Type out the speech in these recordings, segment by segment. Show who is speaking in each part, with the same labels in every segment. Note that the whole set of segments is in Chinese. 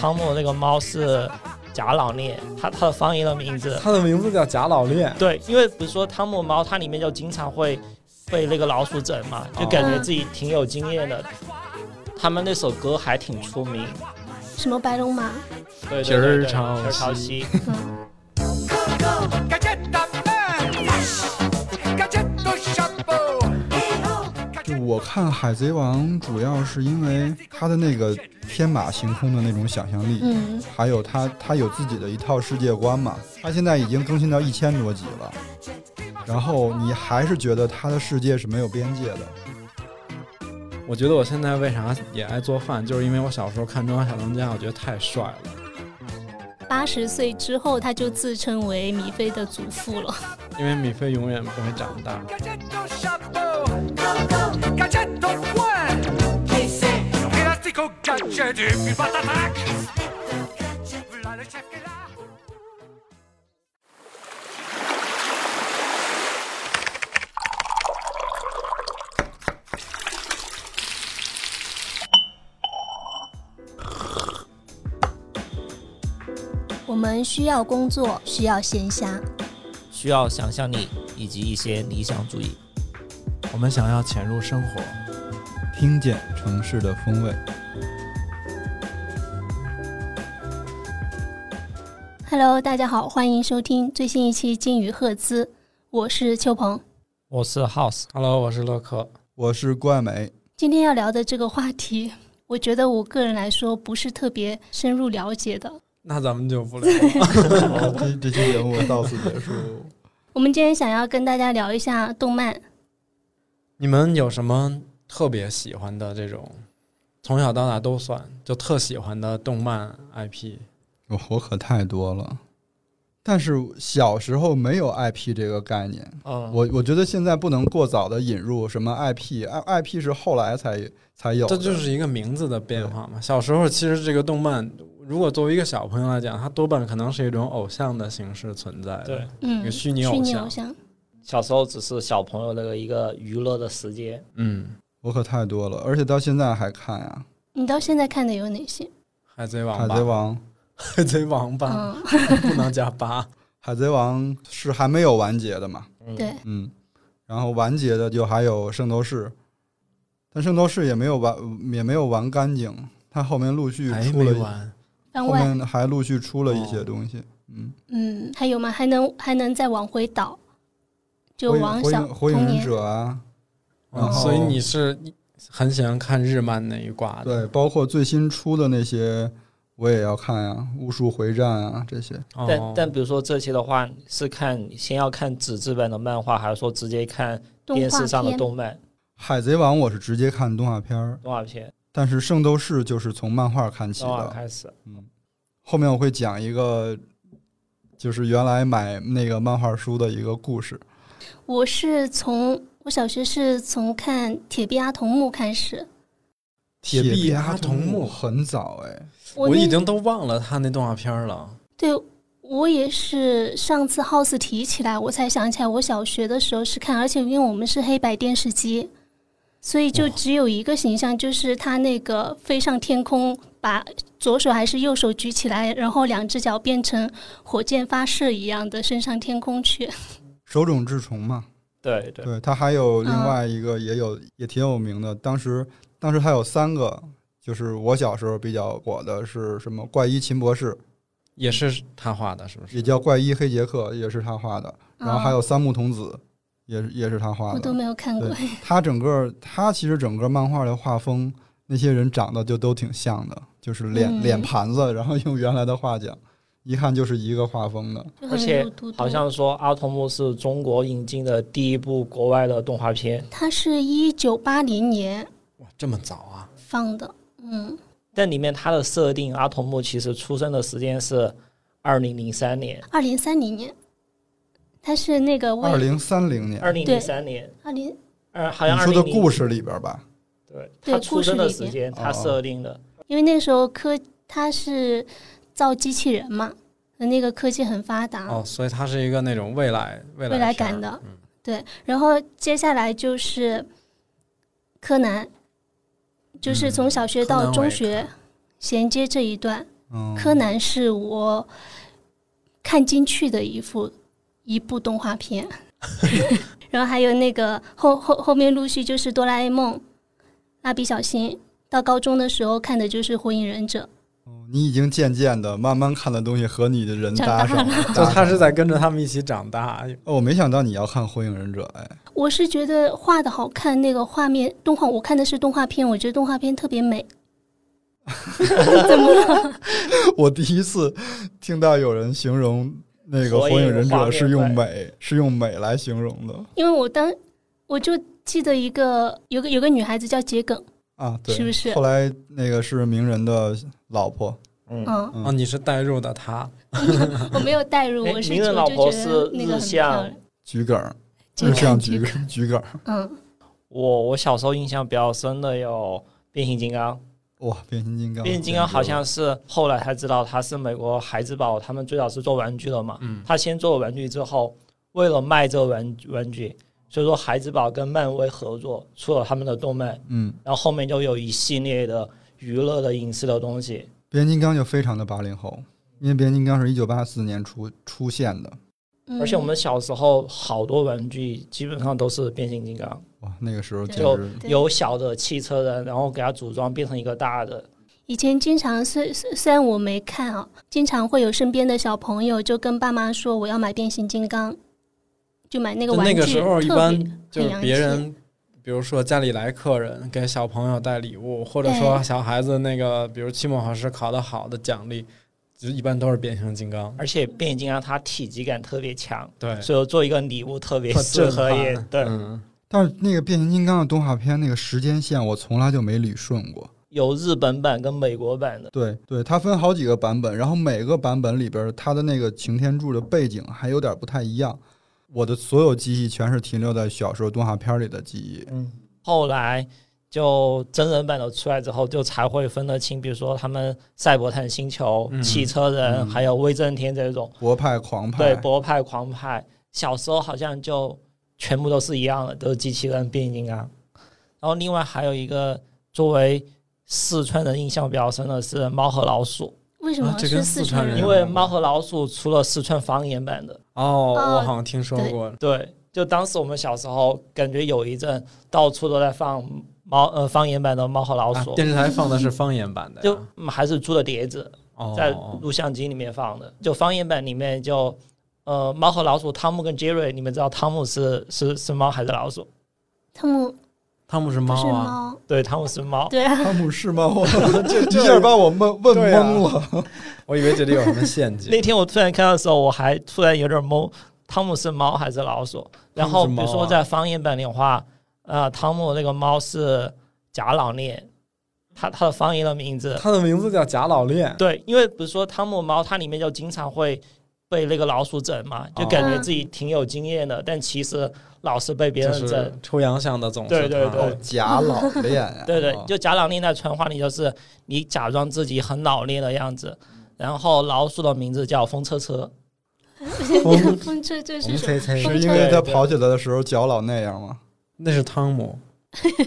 Speaker 1: 汤姆那个猫是贾老聂，它它的翻译的名字。
Speaker 2: 它的名字叫贾老练，
Speaker 1: 对，因为比如说汤姆猫，它里面就经常会被那个老鼠整嘛，就感觉自己挺有经验的。他们那首歌还挺出名，
Speaker 3: 什么白龙马？
Speaker 1: 对对对
Speaker 2: 皮儿
Speaker 1: 对皮
Speaker 2: 朝
Speaker 1: 儿朝
Speaker 2: 西
Speaker 1: 西。
Speaker 3: 嗯，
Speaker 4: Gadetta man, gadgetto chapeau.
Speaker 5: 就我看《海贼王》，主要是因为他的那个天马行空的那种想象力，
Speaker 3: 嗯
Speaker 5: 还有他他有自己的一套世界观嘛。他现在已经更新到一千多集了，然后你还是觉得他的世界是没有边界的。
Speaker 6: 我觉得我现在为啥也爱做饭，就是因为我小时候看《中华小当家》，我觉得太帅了。
Speaker 3: 八十岁之后他就自称为米菲的祖父了。
Speaker 6: 因为米菲永远不会长大。
Speaker 4: Gadgetto chapeau. Gadgetto point. Qui c'est L'elastico gadget et puis patatac. Voilà le chef qui est là.
Speaker 3: 我们需要工作，需要闲暇，
Speaker 1: 需要想象力以及一些理想主义。
Speaker 6: 我们想要潜入生活，
Speaker 5: 听见城市的风味，
Speaker 3: Hello，大家好，欢迎收听最新一期《金鱼赫兹》，我是秋鹏。
Speaker 1: 我是 House，
Speaker 6: Hello，我是乐克。
Speaker 5: 我是怪美。
Speaker 3: 今天要聊的这个话题，我觉得我个人来说不是特别深入了解的。
Speaker 6: 那咱们就不聊了。
Speaker 5: 好这这期节目到此结束。
Speaker 3: 我们今天想要跟大家聊一下动漫，
Speaker 6: 你们有什么特别喜欢的这种，从小到大都算就特喜欢的动漫 IP？
Speaker 5: 我我可太多了，但是小时候没有 IP 这个概念。
Speaker 6: 呃啊
Speaker 1: 嗯，
Speaker 5: 我我觉得现在不能过早的引入什么 IP，IP 是后来才才有的，
Speaker 6: 这就是一个名字的变化嘛。小时候其实这个动漫，如果作为一个小朋友来讲，它多半可能是一种偶像的形式存在的。
Speaker 1: 对，
Speaker 6: 一
Speaker 3: 嗯，
Speaker 6: 个虚拟偶
Speaker 3: 偶
Speaker 6: 像
Speaker 3: 像，
Speaker 1: 小时候只是小朋友那个一个娱乐的时间。
Speaker 6: 嗯，
Speaker 5: 我可太多了，而且到现在还看呀、
Speaker 3: 你到现在看的有哪些？
Speaker 6: 海贼王
Speaker 5: 海
Speaker 6: 吧，
Speaker 5: 贼 王》《
Speaker 6: 海贼王吧，
Speaker 3: 嗯，
Speaker 6: 不能加八。
Speaker 5: 海贼王》是还没有完结的嘛，
Speaker 1: 嗯、
Speaker 3: 对，
Speaker 5: 嗯，然后完结的就还有《圣斗士》，但《圣斗士》也没有完，也没有玩干净，它后面陆续
Speaker 6: 还
Speaker 5: 出
Speaker 6: 没
Speaker 5: 了，
Speaker 6: 完，
Speaker 3: 番
Speaker 5: 后
Speaker 3: 外，
Speaker 5: 面还陆续出了一些
Speaker 6: 哦
Speaker 5: 东西，嗯，
Speaker 3: 嗯，还有吗？还能还能再往回倒，就
Speaker 5: 火影
Speaker 3: 往
Speaker 5: 火
Speaker 3: 小
Speaker 5: 影火影
Speaker 3: 童
Speaker 5: 忍
Speaker 3: 年，
Speaker 5: 者啊，然
Speaker 6: 嗯
Speaker 5: 后
Speaker 6: 所以你是很喜欢看日漫那一挂的。
Speaker 5: 对，包括最新出的那些，我也要看呀，《巫术回战》啊这些。
Speaker 6: 哦
Speaker 1: 但但比如说这些的话，是看先要看纸质版的漫画，还是说直接看
Speaker 3: 动
Speaker 1: 电视
Speaker 3: 画
Speaker 1: 上的
Speaker 3: 片，
Speaker 1: 动漫
Speaker 5: 海贼王我是直接看动画片儿，
Speaker 1: 动画片？
Speaker 5: 但是圣斗士就是从漫画看起
Speaker 1: 动画
Speaker 5: 的。
Speaker 1: 开始，
Speaker 5: 嗯，后面我会讲一个，就是原来买那个漫画书的一个故事。
Speaker 3: 我是从我小学是从看《铁臂阿童木》开始，
Speaker 6: 铁臂阿童木
Speaker 5: 很早哎，
Speaker 6: 我
Speaker 3: 我那
Speaker 6: 已经都忘了他那动画片了。
Speaker 3: 对我也是上次 House 提起来，我才想起来，我小学的时候是看，而且因为我们是黑白电视机，所以就只有一个形象，就是他那个飞上天空，把左手还是右手举起来，然后两只脚变成火箭发射一样的升上天空去。
Speaker 5: 手冢治虫嘛，
Speaker 1: 对对，
Speaker 5: 对，它还有另外一个也有、也挺有名的，当时当时还有三个，就是我小时候比较火的是什么怪医秦博士，
Speaker 6: 也是他画的，是不
Speaker 5: 也
Speaker 6: 是？
Speaker 5: 叫怪医黑杰克，也是他画的，然后还有三木童子，也是也是他画
Speaker 3: 我都
Speaker 5: 的。
Speaker 3: 没有看过
Speaker 5: 对，他整个他其实整个漫画的画风，那些人长得就都挺像的，就是脸、
Speaker 3: 嗯
Speaker 5: 脸盘子，然后用原来的话讲，一看就是一个画风的。
Speaker 3: 就
Speaker 1: 而
Speaker 3: 很
Speaker 1: 且
Speaker 3: 肉嘟嘟。
Speaker 1: 好像说《阿童木》是中国引进的第一部国外的动画片，
Speaker 3: 它是一九八零年
Speaker 6: 哇，这么早啊！
Speaker 3: 放的，嗯，
Speaker 1: 但里面它的设定，阿童木其实出生的时间是二零零三年，
Speaker 3: 二零三零年，它是那个
Speaker 5: 二
Speaker 3: 为
Speaker 5: 零三零年，
Speaker 1: 二零零三年，
Speaker 3: 二零
Speaker 1: 二好像
Speaker 5: 你
Speaker 1: 二
Speaker 5: 说
Speaker 1: 零
Speaker 5: 的故
Speaker 1: 事，
Speaker 5: 事里边吧，
Speaker 1: 对，
Speaker 3: 对
Speaker 1: 他出生的
Speaker 3: 故事
Speaker 1: 时
Speaker 3: 里
Speaker 1: 间，他
Speaker 5: 哦
Speaker 1: 设定的，
Speaker 3: 因为那时候科他是造机器人嘛，那个科技很发达，
Speaker 6: 哦，所以它是一个那种未来未来
Speaker 3: 啊未来
Speaker 6: 片儿
Speaker 3: 感的
Speaker 6: 嗯
Speaker 3: 对。然后接下来就是柯南，就是从小学
Speaker 6: 嗯柯南
Speaker 3: 到
Speaker 6: 我
Speaker 3: 中
Speaker 6: 也
Speaker 3: 学
Speaker 6: 看
Speaker 3: 衔接这一段，
Speaker 5: 嗯，
Speaker 3: 柯南是我看进去的一部一部动画片， 然后还有那个后后后面陆续就是哆啦 A 梦、蜡笔小新，到高中的时候看的就是火影忍者。
Speaker 5: 嗯你已经渐渐的慢慢看的东西和你的人
Speaker 3: 长
Speaker 5: 搭
Speaker 3: 大
Speaker 5: 上了，
Speaker 6: 就
Speaker 5: 搭
Speaker 6: 他
Speaker 5: 上
Speaker 6: 是在跟着他们一起长大，
Speaker 5: 哦，我没想到你要看《火影忍者》哎，
Speaker 3: 我是觉得画的好看，那个画面动画，我看的是动画片，我觉得动画片特 别美。
Speaker 5: 我第一次听到有人形容那个《
Speaker 1: 火影
Speaker 5: 火影忍者
Speaker 1: 画》面
Speaker 5: 是用
Speaker 1: 美
Speaker 5: 美，是用美来形容的
Speaker 3: 因为我当我就记得一个有个有个女孩子叫桔梗，
Speaker 5: 啊，对，
Speaker 3: 是不是
Speaker 5: 后来那个是鸣人的老婆，
Speaker 1: 嗯，
Speaker 3: 嗯，
Speaker 5: 嗯
Speaker 6: 哦，你是带入的他，
Speaker 3: 我没有带入，
Speaker 1: 哎
Speaker 3: 我是
Speaker 1: 您的
Speaker 3: 我
Speaker 1: 老
Speaker 3: 就
Speaker 1: 婆
Speaker 3: 觉
Speaker 1: 是
Speaker 3: 得那个
Speaker 1: 日
Speaker 3: 很
Speaker 1: 向
Speaker 3: 漂亮，
Speaker 5: 桔梗，
Speaker 3: 桔
Speaker 5: 日
Speaker 3: 梗
Speaker 5: 向
Speaker 3: 桔
Speaker 5: 桔梗，桔梗，
Speaker 3: 嗯，
Speaker 1: 我我小时候印象比较深的有变形金刚，
Speaker 5: 哇，变形金刚，
Speaker 1: 变形金刚好像
Speaker 5: 简
Speaker 1: 是后来才知道它是美国孩之宝，他们最早是做玩具的嘛，
Speaker 6: 嗯，
Speaker 1: 他先做了玩具之后，为了卖这个玩玩具，所以说孩之宝跟漫威合作出了他们的动漫，
Speaker 5: 直嗯，
Speaker 1: 然后后面就有一系列的娱乐的影视的东西。
Speaker 5: 变形金刚就非常的八零后，因为变形金刚是一九八四年出出现的，
Speaker 3: 嗯
Speaker 1: 而且我们小时候好多玩具基本上都是变形金刚，
Speaker 5: 哇，那个时候简
Speaker 1: 就
Speaker 5: 直
Speaker 3: 对
Speaker 1: 有小的汽车人，然后给它组装变成一个大的，
Speaker 3: 以前经常虽虽虽然我没看啊，经常会有身边的小朋友就跟爸妈说我要买变形金刚，就买那个
Speaker 6: 就
Speaker 3: 玩具。
Speaker 6: 那个时候一
Speaker 3: 特
Speaker 6: 般
Speaker 3: 别
Speaker 6: 就是
Speaker 3: 很洋
Speaker 6: 别
Speaker 3: 气
Speaker 6: 人，比如说家里来客人，给小朋友带礼物，或者说
Speaker 3: 对
Speaker 6: 小孩子那个，比如期末考试考得好的奖励，就一般都是变形金刚。
Speaker 1: 而且变形金刚它体积感特别强，
Speaker 6: 对，
Speaker 1: 所以说做一个礼物特别
Speaker 6: 特
Speaker 1: 适合
Speaker 6: 震
Speaker 1: 也
Speaker 6: 撼
Speaker 1: 对。
Speaker 6: 嗯
Speaker 5: 但是那个变形金刚的动画片那个时间线我从来就没理顺过。
Speaker 1: 有日本版跟美国版的，
Speaker 5: 对对，它分好几个版本，然后每个版本里边儿它的那个擎天柱的背景还有点不太一样。我的所有记忆全是停留在小时候动画片里的记忆。
Speaker 1: 嗯，后来就真人版的出来之后，就才会分得清，比如说他们赛博坦星球、
Speaker 6: 嗯
Speaker 1: 汽车人，
Speaker 5: 嗯
Speaker 1: 还有威震天这种，
Speaker 5: 博派、狂派，
Speaker 1: 对，博派、狂派，小时候好像就全部都是一样的，都是机器人、变形金刚。然后另外还有一个作为四川人印象比较深的是《猫和老鼠
Speaker 3: 为什么
Speaker 6: 啊这
Speaker 3: 是
Speaker 6: 跟
Speaker 3: 四
Speaker 6: 四
Speaker 3: 川
Speaker 6: 川
Speaker 3: 人？
Speaker 6: 人》，
Speaker 5: 嗯
Speaker 1: 因为《猫和老鼠》出了四川方言版的，
Speaker 6: 哦，我
Speaker 3: 哦
Speaker 6: 好像听说
Speaker 3: 对
Speaker 6: 过。
Speaker 1: 对，就当时我们小时候感觉有一阵到处都在放猫呃方言版的《猫和老
Speaker 6: 啊
Speaker 1: 鼠》
Speaker 6: 电视台放的是方言版的呀，
Speaker 1: 就嗯还是租的碟子，
Speaker 6: 哦
Speaker 1: 在
Speaker 6: 哦
Speaker 1: 录像机里面放的。就方言版里面就，呃，猫和老鼠汤姆跟杰瑞，你们知道汤姆是是是猫还是老鼠？
Speaker 3: 汤姆
Speaker 6: 汤姆是
Speaker 3: 不是
Speaker 6: 猫啊，
Speaker 3: 猫，
Speaker 1: 对，汤姆是猫。
Speaker 3: 对啊，
Speaker 5: 汤姆士猫，这 一下把我问问
Speaker 6: 对啊
Speaker 5: 懵了。
Speaker 6: 我以为这里有什么陷阱。
Speaker 1: 那天我突然看到的时候，我还突然有点懵，汤姆是猫还是老鼠？然后比如
Speaker 6: 汤姆是猫
Speaker 1: 说
Speaker 6: 啊
Speaker 1: 在方言版里的话，呃，汤姆那个猫是假老练，它它的方言的名字
Speaker 6: 他的名字叫贾老练，
Speaker 1: 对，因为比如说汤姆猫，它里面就经常会被那个老鼠整嘛，就感觉自己挺有经验的，但其实老是被别
Speaker 6: 就
Speaker 1: 人整
Speaker 6: 是。抽洋相的总是
Speaker 1: 对对
Speaker 6: 他哦
Speaker 1: 对
Speaker 5: 假老练 啊
Speaker 1: 对对，就假老练在传话里就是你假装自己很老练的样子，然后老鼠的名字叫风车车，
Speaker 6: 风
Speaker 3: 风车嗯这
Speaker 6: 红
Speaker 3: 是什么？
Speaker 6: 吹吹，
Speaker 5: 是因为他跑起来的时候脚老那样吗？
Speaker 6: 那是汤姆。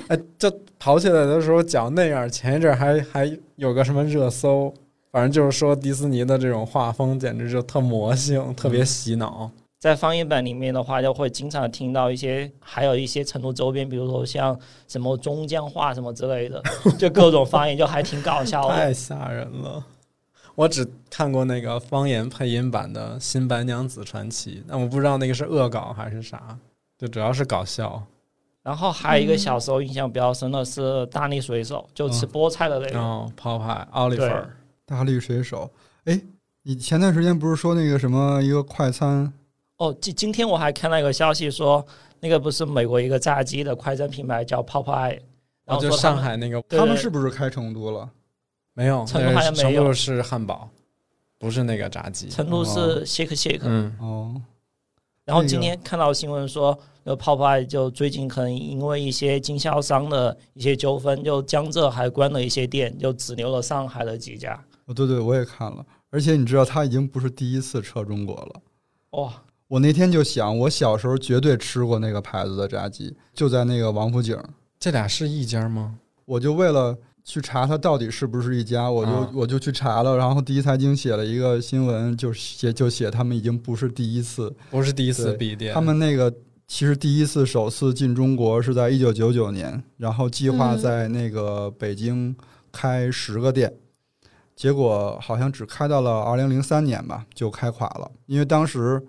Speaker 6: 哎，这跑起来的时候脚那样，前一阵儿还还有个什么热搜，反正就是说迪士尼的这种画风简直就特魔性，特别洗脑。
Speaker 1: 在方言版里面的话，就会经常听到一些，还有一些成都周边，比如说像什么中江话什么之类的，就各种方言，就还挺搞笑的。
Speaker 6: 太吓人了。我只看过那个方言配音版的《新白娘子传奇》，但我不知道那个是恶搞还是啥，就主要是搞笑。
Speaker 1: 然后还有一个小时候印象比较深的是大力水手，就
Speaker 6: 嗯
Speaker 1: 吃菠菜的那
Speaker 6: 然
Speaker 1: 个。
Speaker 6: 后抛派奥利弗
Speaker 1: 对
Speaker 6: 儿，
Speaker 5: 大力水手，哎，你前段时间不是说那个什么一个快餐
Speaker 1: 哦，今今天我还看到一个消息说，那个不是美国一个炸鸡的快餐品牌叫泡泡爱，然
Speaker 6: 然
Speaker 1: 后
Speaker 6: 后哦就
Speaker 1: 说他
Speaker 6: 上
Speaker 1: 们
Speaker 6: 海那个
Speaker 1: 对
Speaker 5: 他们是不是开成都了？
Speaker 6: 没有，
Speaker 1: 成都
Speaker 6: 那
Speaker 1: 好像
Speaker 6: 是成
Speaker 1: 没有
Speaker 6: 都是汉堡，不是那个炸鸡。
Speaker 1: 成都是 shake shake，、
Speaker 6: 嗯，
Speaker 5: 哦，
Speaker 1: 然
Speaker 6: 哎
Speaker 1: 后
Speaker 5: 那个
Speaker 1: 今天看到新闻说，那个泡泡爱就最近可能因为一些经销商的一些纠纷，就江浙还关了一些店，就只留了上海的几家。
Speaker 5: 哦，对对，我也看了，而且你知道他已经不是第一次撤中国了。
Speaker 1: 哇、
Speaker 5: 我那天就想，我小时候绝对吃过那个牌子的炸鸡，就在那个王府井。
Speaker 6: 这俩是一家吗？
Speaker 5: 我就为了去查它到底是不是一家，我就、
Speaker 6: 啊
Speaker 5: 我就去查了。然后第一财经写了一个新闻，就写就写他们已经不是第一次，
Speaker 6: 不是第一次
Speaker 5: 对
Speaker 6: 闭店，
Speaker 5: 他们那个其实第一次首次进中国是在一九九九年，然后计划
Speaker 3: 嗯
Speaker 5: 在那个北京开十个店，结果好像只开到了二零零三年吧，就开垮了。因为当时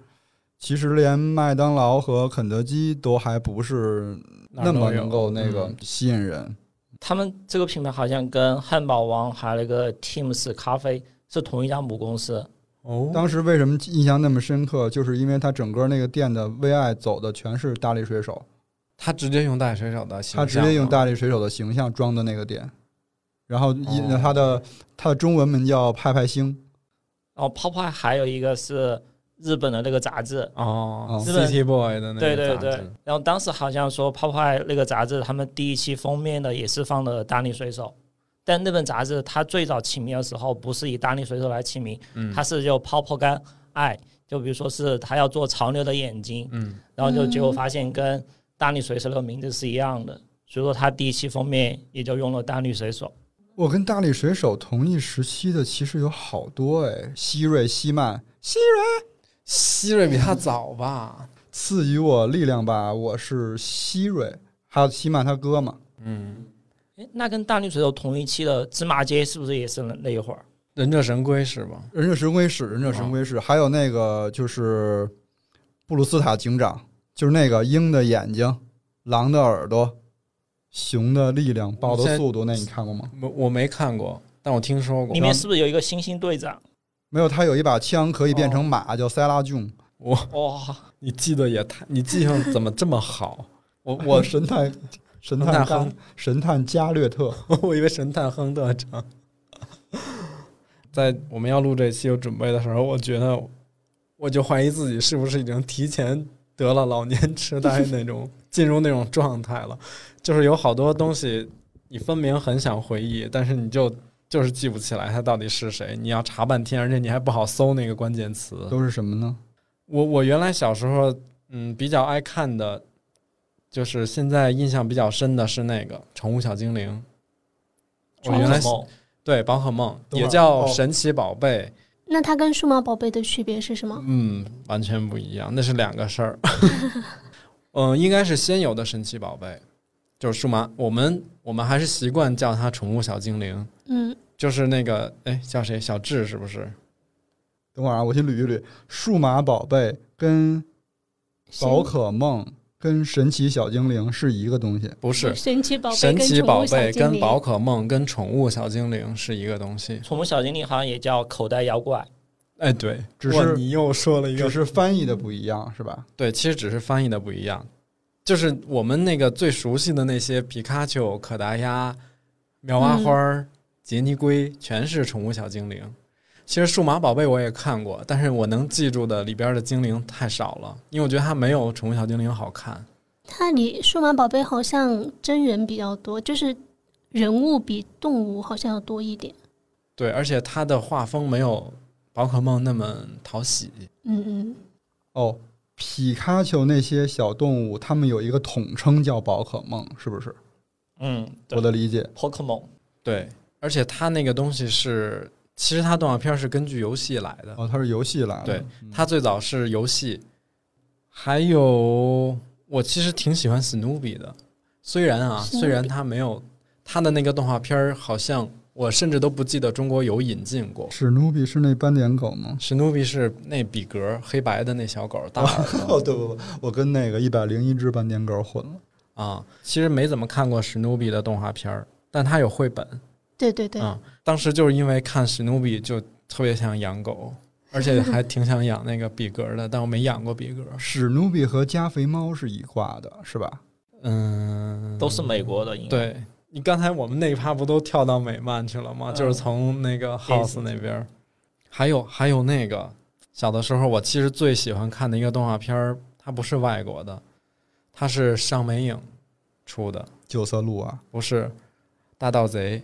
Speaker 5: 其实连麦当劳和肯德基都还不是
Speaker 6: 哪儿
Speaker 5: 那
Speaker 6: 都
Speaker 5: 么
Speaker 6: 有
Speaker 5: 能够那个
Speaker 6: 嗯
Speaker 5: 吸引人。
Speaker 1: 他们这个品牌好像跟汉堡王还有那个 Teams 咖啡是同一家母公司。
Speaker 6: 哦，
Speaker 5: 当时为什么印象那么深刻，就是因为它整个那个店的 VI 走的全是大力水手，
Speaker 6: 他直接用大水手的形象，
Speaker 5: 他直接用大力水手的形象装的那个店，然后印
Speaker 6: 哦
Speaker 5: 它的它的中文名叫派派星，
Speaker 1: 然后泡泡还有一个是日本的那个杂志，
Speaker 6: 哦
Speaker 5: 哦
Speaker 1: 日本
Speaker 6: ，City Boy 的那个
Speaker 1: 对对
Speaker 6: 杂
Speaker 1: 对
Speaker 6: 志。
Speaker 1: 然后当时好像说泡泡那个杂志，他们第一期封面的也是放的大力水手，但那本杂志它最早起名的时候不是以大力水手来起名，
Speaker 6: 嗯
Speaker 1: 它是就泡泡跟爱，就比如说是他要做潮流的眼睛，
Speaker 6: 嗯，
Speaker 1: 然后就结果发现跟大力水手那个名字是一样的，所以说它第一期封面也就用了大力水手。
Speaker 5: 我跟大力水手同一时期的其实有好多哎，希瑞、希曼，希
Speaker 6: 希瑞比他早吧？
Speaker 5: 赐予我力量吧，我是希瑞，还有希曼他哥嘛，
Speaker 6: 嗯，
Speaker 1: 诶，那跟大力水手同一期的芝麻街是不是也是那那一会儿？
Speaker 6: 忍者神龟是吧？
Speaker 5: 忍者神龟使，忍者神龟使，还有那个就是布鲁斯塔警长，就是那个鹰的眼睛、狼的耳朵、熊的力量、豹的速度，那你看过吗？
Speaker 6: 我我没看过，但我听说过
Speaker 1: 里。面是不是有一个猩猩队长？
Speaker 5: 没有，他有一把枪可以变成马，叫塞拉琼。
Speaker 6: 我
Speaker 1: 哇、
Speaker 6: 你记得也太，你记性怎么这么好？ 我
Speaker 5: 我
Speaker 6: 我
Speaker 5: 神探，
Speaker 6: 神
Speaker 5: 神
Speaker 6: 探
Speaker 5: 探
Speaker 6: 亨
Speaker 5: 神探加略特，
Speaker 6: 我以为神探亨特长。在我们要录这期有准备的时候，我觉得我就怀疑自己是不是已经提前得了老年痴呆那种 进入那种状态了，就是有好多东西你分明很想回忆，但是你就就是记不起来它到底是谁，你要查半天，而且你还不好搜那个关键词。
Speaker 5: 都是什么呢？
Speaker 6: 我我原来小时候，嗯，比较爱看的，就是现在印象比较深的是那个《宠物小精灵》。我原来
Speaker 1: 宝可梦
Speaker 6: 对宝可梦
Speaker 5: 等会儿
Speaker 6: 也叫
Speaker 5: 哦
Speaker 6: 神奇宝贝，
Speaker 3: 那它跟数码宝贝的区别是什么？
Speaker 6: 嗯，完全不一样，那是两个事儿。 嗯，应该是先有的神奇宝贝，就是数码，我们我们还是习惯叫它宠物小精灵，
Speaker 3: 嗯，
Speaker 6: 就是那个哎叫谁小智是不是？
Speaker 5: 等会儿啊，我先捋一捋，数码宝贝跟
Speaker 3: 神
Speaker 5: 宝可梦跟神奇小精灵是一个东西。
Speaker 6: 不是，
Speaker 3: 神奇宝贝
Speaker 6: 神
Speaker 3: 跟
Speaker 6: 奇
Speaker 3: 宠
Speaker 6: 宝
Speaker 3: 物小
Speaker 6: 贝
Speaker 3: 精
Speaker 6: 跟
Speaker 3: 灵
Speaker 6: 宝可梦跟宠物小精灵是一个东西。
Speaker 1: 宠物小精灵好像也叫口袋妖怪，
Speaker 6: 哎，对，
Speaker 5: 只
Speaker 6: 哇
Speaker 5: 是
Speaker 6: 你又说了一
Speaker 5: 只
Speaker 6: 个，
Speaker 5: 是翻译的不一样，是吧？
Speaker 6: 对，其实只是翻译的不一样，就是我们那个最熟悉的那些皮卡丘、可达鸭、苗蛙花儿、杰尼龟，全是宠物小精灵。其实数码宝贝我也看过，但是我能记住的里边的精灵太少了，因为我觉得它没有宠物小精灵好看。
Speaker 3: 它里数码宝贝好像真人比较多，就是人物比动物好像要多一点。
Speaker 6: 对，而且它的画风没有宝可梦那么讨喜。
Speaker 3: 嗯嗯，
Speaker 5: 哦，皮卡丘那些小动物，它们有一个统称叫宝可梦，是不是？
Speaker 1: 嗯，
Speaker 5: 我的理解，
Speaker 1: Pokemon
Speaker 6: 对，而且它那个东西是，其实它动画片是根据游戏来的。
Speaker 5: 哦，它是游戏来的。
Speaker 6: 对
Speaker 5: 嗯，
Speaker 6: 它最早是游戏，还有我其实挺喜欢史努比的，虽然啊，
Speaker 3: 史努比
Speaker 6: 虽然它没有它的那个动画片儿，好像我甚至都不记得中国有引进过。
Speaker 5: 史努比是那斑点狗吗？
Speaker 6: 史努比是那比格黑白的那小狗，大耳
Speaker 5: 哦，
Speaker 6: 朵
Speaker 5: 对不不，我跟那个一百零一只斑点狗混了。
Speaker 6: 啊。其实没怎么看过史努比的动画片儿，但它有绘本
Speaker 3: 对对对，
Speaker 6: 啊。当时就是因为看史努比，就特别想养狗，而且还挺想养那个比格的，但我没养过比格。
Speaker 5: 史努比和加菲猫是一挂的，是吧？
Speaker 6: 嗯，
Speaker 1: 都是美国的，应该。
Speaker 6: 对你刚才我们那一趴不都跳到美漫去了吗？
Speaker 1: 嗯
Speaker 6: 就是从那个 House 那边儿，还有还有那个小的时候，我其实最喜欢看的一个动画片儿，它不是外国的，它是上美影出的，
Speaker 5: 九色鹿啊，
Speaker 6: 不是大盗贼。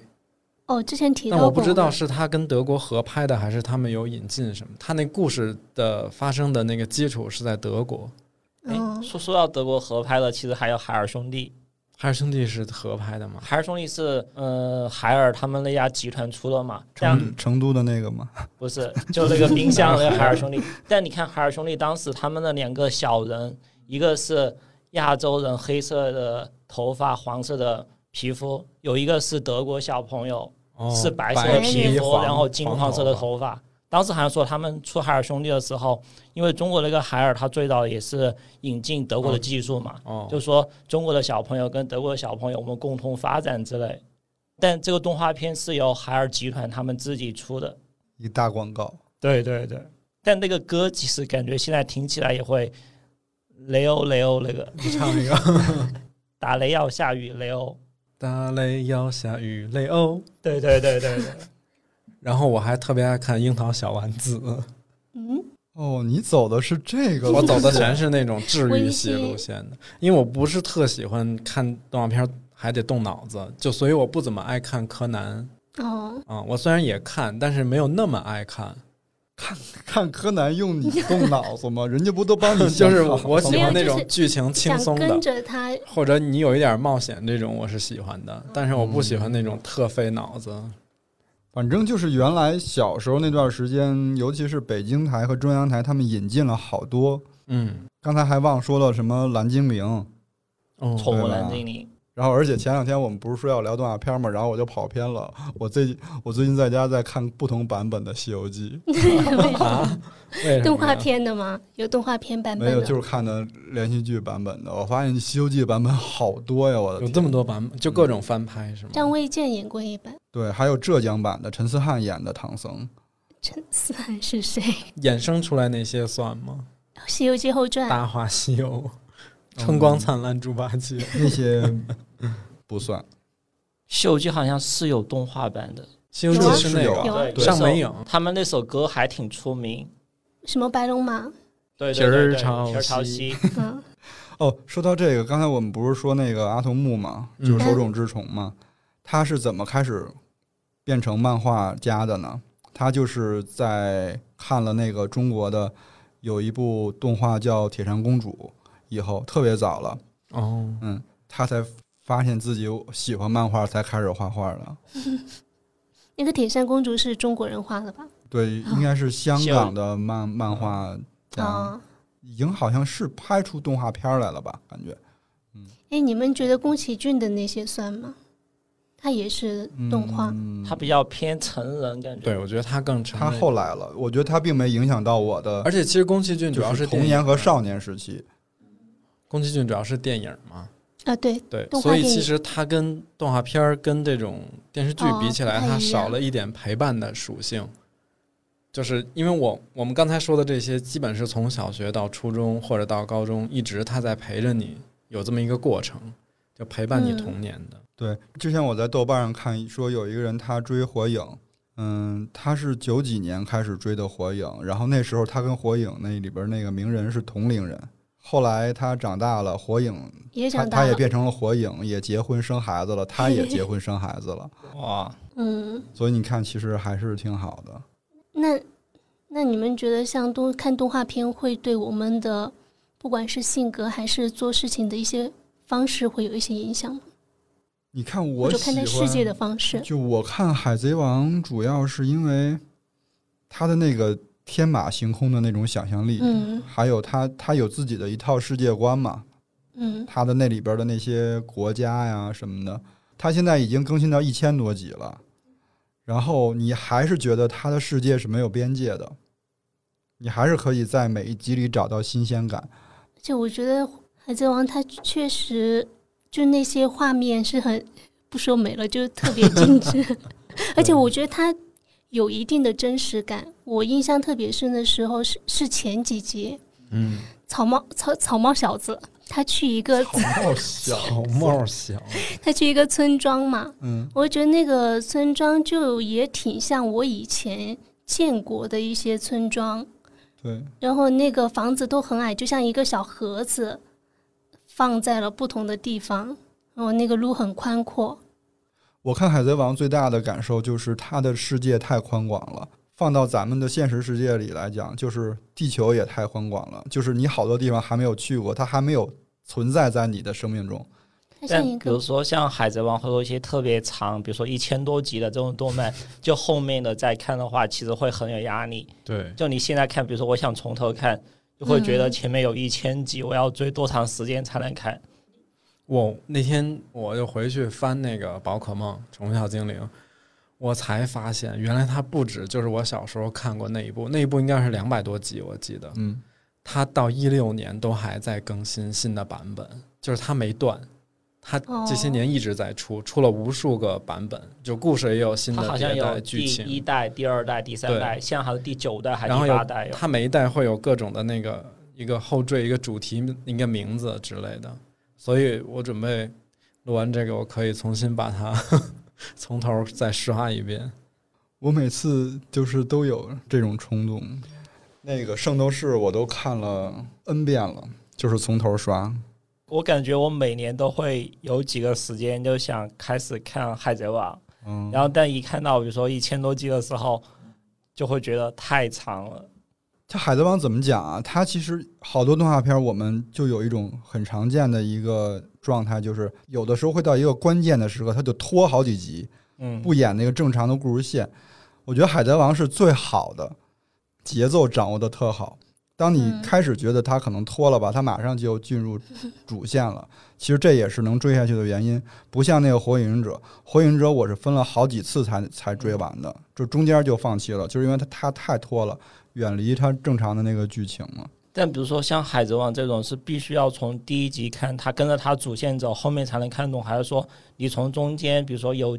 Speaker 3: 哦，之前提到
Speaker 6: 但
Speaker 3: 过，
Speaker 6: 我不知道是他跟德国合拍的，还是他们有引进什么。他那故事的发生的那个基础是在德国，
Speaker 1: 诶
Speaker 3: 嗯，
Speaker 1: 说说到德国合拍的，其实还有海尔兄弟，
Speaker 6: 海尔兄弟是合拍的吗？
Speaker 1: 海尔兄弟是呃海尔他们那家集团出的嘛，但
Speaker 6: 嗯
Speaker 5: 成成都的那个嘛，
Speaker 1: 不是就那个冰箱那个海尔兄弟。 但你看海尔兄弟当时他们的两个小人，一个是亚洲人黑色的头发、黄色的皮肤，有一个是德国小朋友，
Speaker 6: 哦
Speaker 1: 是白色
Speaker 6: 白
Speaker 1: 的
Speaker 3: 皮
Speaker 1: 皮肤，
Speaker 6: 黄
Speaker 1: 然后金
Speaker 6: 黄
Speaker 1: 黄色的
Speaker 6: 头
Speaker 1: 头发。当时好像说他们出海尔兄弟的时候，因为中国那个海尔，它最早也是引进德国的技术嘛，
Speaker 6: 哦，
Speaker 1: 就说中国的小朋友跟德国的小朋友我们共同发展之类。但这个动画片是由海尔集团他们自己出的，
Speaker 5: 一大广告。
Speaker 1: 对对对。但那个歌其实感觉现在听起来也会雷欧雷欧那个
Speaker 6: 你唱一个。
Speaker 1: 打雷要下雨雷欧，
Speaker 6: 打雷要下雨雷哦欧。
Speaker 1: 对对对对对。
Speaker 6: 然后我还特别爱看《樱桃小丸子》，
Speaker 3: 嗯，
Speaker 5: 哦，你走的是这个路
Speaker 6: 我
Speaker 5: 线，
Speaker 6: 走的全是那种治
Speaker 3: 温
Speaker 6: 愈
Speaker 3: 馨
Speaker 6: 系路线的，因为我不是特喜欢看动画片，还得动脑子，就所以我不怎么爱看柯南
Speaker 3: 哦，
Speaker 6: 啊、我虽然也看，但是没有那么爱看。
Speaker 5: 看柯南用你动脑子吗？人家不都帮 你
Speaker 6: 就
Speaker 5: 想
Speaker 6: 是
Speaker 5: 好
Speaker 6: 我 喜欢那
Speaker 3: 没有就
Speaker 6: 种
Speaker 3: 是
Speaker 6: 剧情轻
Speaker 3: 想
Speaker 6: 松的
Speaker 3: 跟，着他，
Speaker 6: 或者你有一点冒险这种，我是喜欢的。但是我不喜欢那种特费脑子。
Speaker 5: 反正就是原来小时候那段时间，尤其是北京台和中央台，他们引进了好多。
Speaker 6: 嗯，
Speaker 5: 刚才还忘说了什么蓝精灵，
Speaker 6: 哦
Speaker 1: 宠物蓝精灵，
Speaker 5: 然后而且前两天我们不是说要聊动画片嘛，然后我就跑偏了。我最我最近在家在看不同版本的《西游记
Speaker 6: 啊，为什么呀
Speaker 3: 动画片的吗？有动画片版》，本
Speaker 5: 没
Speaker 3: 的，
Speaker 5: 有就是看的连续剧版本的。我发现《西游记》版本好多呀，我的
Speaker 6: 有
Speaker 5: 天！
Speaker 6: 这么多版本，就各种翻拍是吗？
Speaker 3: 张卫健演过一版。
Speaker 5: 对，还有浙江版的陈思翰演的唐僧，
Speaker 3: 陈思翰是谁？
Speaker 6: 衍生出来那些算吗？
Speaker 3: 《西游记后传》
Speaker 6: 《大话西游》《春光灿烂猪八戒》
Speaker 5: 那些不算。
Speaker 1: 西游记好像是有动画版的，
Speaker 6: 西游记》
Speaker 3: 有啊
Speaker 6: 是那
Speaker 5: 有
Speaker 6: 个
Speaker 5: 啊
Speaker 3: 有啊
Speaker 1: 对，
Speaker 6: 上美
Speaker 1: 那
Speaker 6: 影
Speaker 1: 首他们那首歌还挺出名，
Speaker 3: 什么白龙马？
Speaker 1: 对
Speaker 6: 皮儿
Speaker 1: 对对对，皮
Speaker 6: 潮
Speaker 1: 儿潮
Speaker 6: 汐
Speaker 1: 汐，
Speaker 3: 嗯，
Speaker 5: 哦，说到这个，刚才我们不是说那个阿童木嘛，
Speaker 6: 嗯
Speaker 5: 就是手冢治虫嘛，他是怎么开始变成漫画家的呢？他就是在看了那个中国的有一部动画叫《铁扇公主》以后，特别早了，
Speaker 6: 哦，
Speaker 5: 嗯，他才发现自己喜欢漫画，才开始画画的。
Speaker 3: 那个铁扇公主是中国人画的吧？
Speaker 5: 对，应该是香港的漫漫画家，
Speaker 3: 啊，
Speaker 5: 已经好像是拍出动画片来了吧？感觉
Speaker 3: 哎，你们觉得宫崎骏的那些算吗？他也是动画，
Speaker 5: 嗯
Speaker 1: 它比较偏成人感觉。
Speaker 6: 对，我觉得他更成
Speaker 5: 他
Speaker 6: 为
Speaker 5: 后，来了，我觉得他并没影响到我的
Speaker 6: 而且其实宫崎骏主要
Speaker 5: 就是
Speaker 6: 电
Speaker 5: 童
Speaker 6: 影
Speaker 5: 年和少年时期。
Speaker 6: 宫崎骏主要是电影嘛，
Speaker 3: 啊，对，
Speaker 6: 对，
Speaker 3: 动画
Speaker 6: 所以
Speaker 3: 电影
Speaker 6: 其实他跟动画片儿跟这种电视剧
Speaker 3: 哦
Speaker 6: 比起来，
Speaker 3: 不太一
Speaker 6: 他
Speaker 3: 样
Speaker 6: 少了一点陪伴的属性。就是因为我我们刚才说的这些，基本是从小学到初中或者到高中，一直他在陪着你，有这么一个过程，就陪伴你
Speaker 3: 嗯
Speaker 6: 童年的。
Speaker 5: 对，之前我在豆瓣上看说有一个人他追火影，嗯，他是九几年开始追的火影，然后那时候他跟火影那里边那个鸣人是同龄人。后来他长大了，火影
Speaker 3: 也
Speaker 5: 他
Speaker 3: 长大
Speaker 5: 他也
Speaker 3: 了。
Speaker 5: 变成了火影，也结婚生孩子了，他也结婚生孩子了，
Speaker 1: 哇，
Speaker 3: 嗯，
Speaker 5: 所以你看，其实还是挺好的。
Speaker 3: 那那你们觉得像动看动画片会对我们的不管是性格还是做事情的一些方式会有一些影响吗？
Speaker 5: 你看
Speaker 3: 或
Speaker 5: 我
Speaker 3: 者
Speaker 5: 喜
Speaker 3: 看
Speaker 5: 欢
Speaker 3: 待世界的方式？
Speaker 5: 就我看《海贼王》，主要是因为他的那个天马行空的那种想象力，
Speaker 3: 嗯
Speaker 5: 还有他他有自己的一套世界观嘛，
Speaker 3: 嗯，
Speaker 5: 他的那里边的那些国家呀什么的，他现在已经更新到一千多集了，然后你还是觉得他的世界是没有边界的，你还是可以在每一集里找到新鲜感。
Speaker 3: 就我觉得《海贼王》它确实就那些画面是很不说美了，就是特别精致， 而且我觉得它有一定的真实感。我印象特别深的时候是是前几集，
Speaker 6: 嗯，
Speaker 3: 草帽草草帽小子他去一个
Speaker 5: 草帽小
Speaker 6: 草帽小，
Speaker 3: 他去一个村庄嘛，
Speaker 5: 嗯，
Speaker 3: 我觉得那个村庄就也挺像我以前见过的一些村庄，
Speaker 5: 对，
Speaker 3: 然后那个房子都很矮，就像一个小盒子，放在了不同的地方。然后那个路很宽阔，
Speaker 5: 我看《海贼王》最大的感受就是它的世界太宽广了。放到咱们的现实世界里来讲，就是地球也太宽广了，就是你好多地方还没有去过，它还没有存在在你的生命中。
Speaker 3: 它像
Speaker 1: 但
Speaker 3: 一
Speaker 1: 比
Speaker 3: 个
Speaker 1: 如说像《海贼王》或者说一些特别长，比如说一千多集的这种动漫，就后面的再看的话，其实会很有压力。
Speaker 6: 对，
Speaker 1: 就你现在看，比如说我想从头看，就会觉得
Speaker 3: 嗯
Speaker 1: 前面有一千集，我要追多长时间才能看？
Speaker 6: 我那天我就回去翻那个《宝可梦》《宠物小精灵》，我才发现原来它不止就是我小时候看过那一部，那一部应该是两百多集，我记得
Speaker 5: 嗯，
Speaker 6: 它到一六年都还在更新新的版本，就是它没断。它这些年一直在出，出了无数个版本，就故事也有新的
Speaker 1: 它好像
Speaker 6: 迭代
Speaker 1: 有
Speaker 6: 剧
Speaker 1: 第
Speaker 6: 情。
Speaker 1: 一代、第二代、第三代，现在好像第九代还是
Speaker 6: 然后
Speaker 1: 第
Speaker 6: 有
Speaker 1: 八代哦有。
Speaker 6: 它每一代会有各种的那个一个后缀、一个主题、一个名字之类的，所以我准备录完这个，我可以重新把它 从头再刷一遍。
Speaker 5: 我每次就是都有这种冲动。那个《圣斗士》我都看了 N 遍了，就是从头刷。
Speaker 1: 我感觉我每年都会有几个时间就想开始看《海贼王》，
Speaker 5: 嗯，
Speaker 1: 然后但一看到比如说一千多集的时候，就会觉得太长了。
Speaker 5: 它《海贼王》怎么讲啊？它其实好多动画片，我们就有一种很常见的一个状态，就是有的时候会到一个关键的时刻，它就拖好几集，
Speaker 1: 嗯，
Speaker 5: 不演那个正常的故事线。我觉得《海贼王》是最好的，节奏掌握的特好。当你
Speaker 3: 嗯
Speaker 5: 开始觉得它可能拖了吧，它马上就进入主线了。其实这也是能追下去的原因，不像那个《火影忍者》，《火影忍者》我是分了好几次才才追完的，就中间就放弃了，就是因为它它太拖了，远离它正常的那个剧情了。
Speaker 1: 但比如说像《海贼王》这种是必须要从第一集看，它跟着它主线走，后面才能看懂，还是说你从中间，比如说有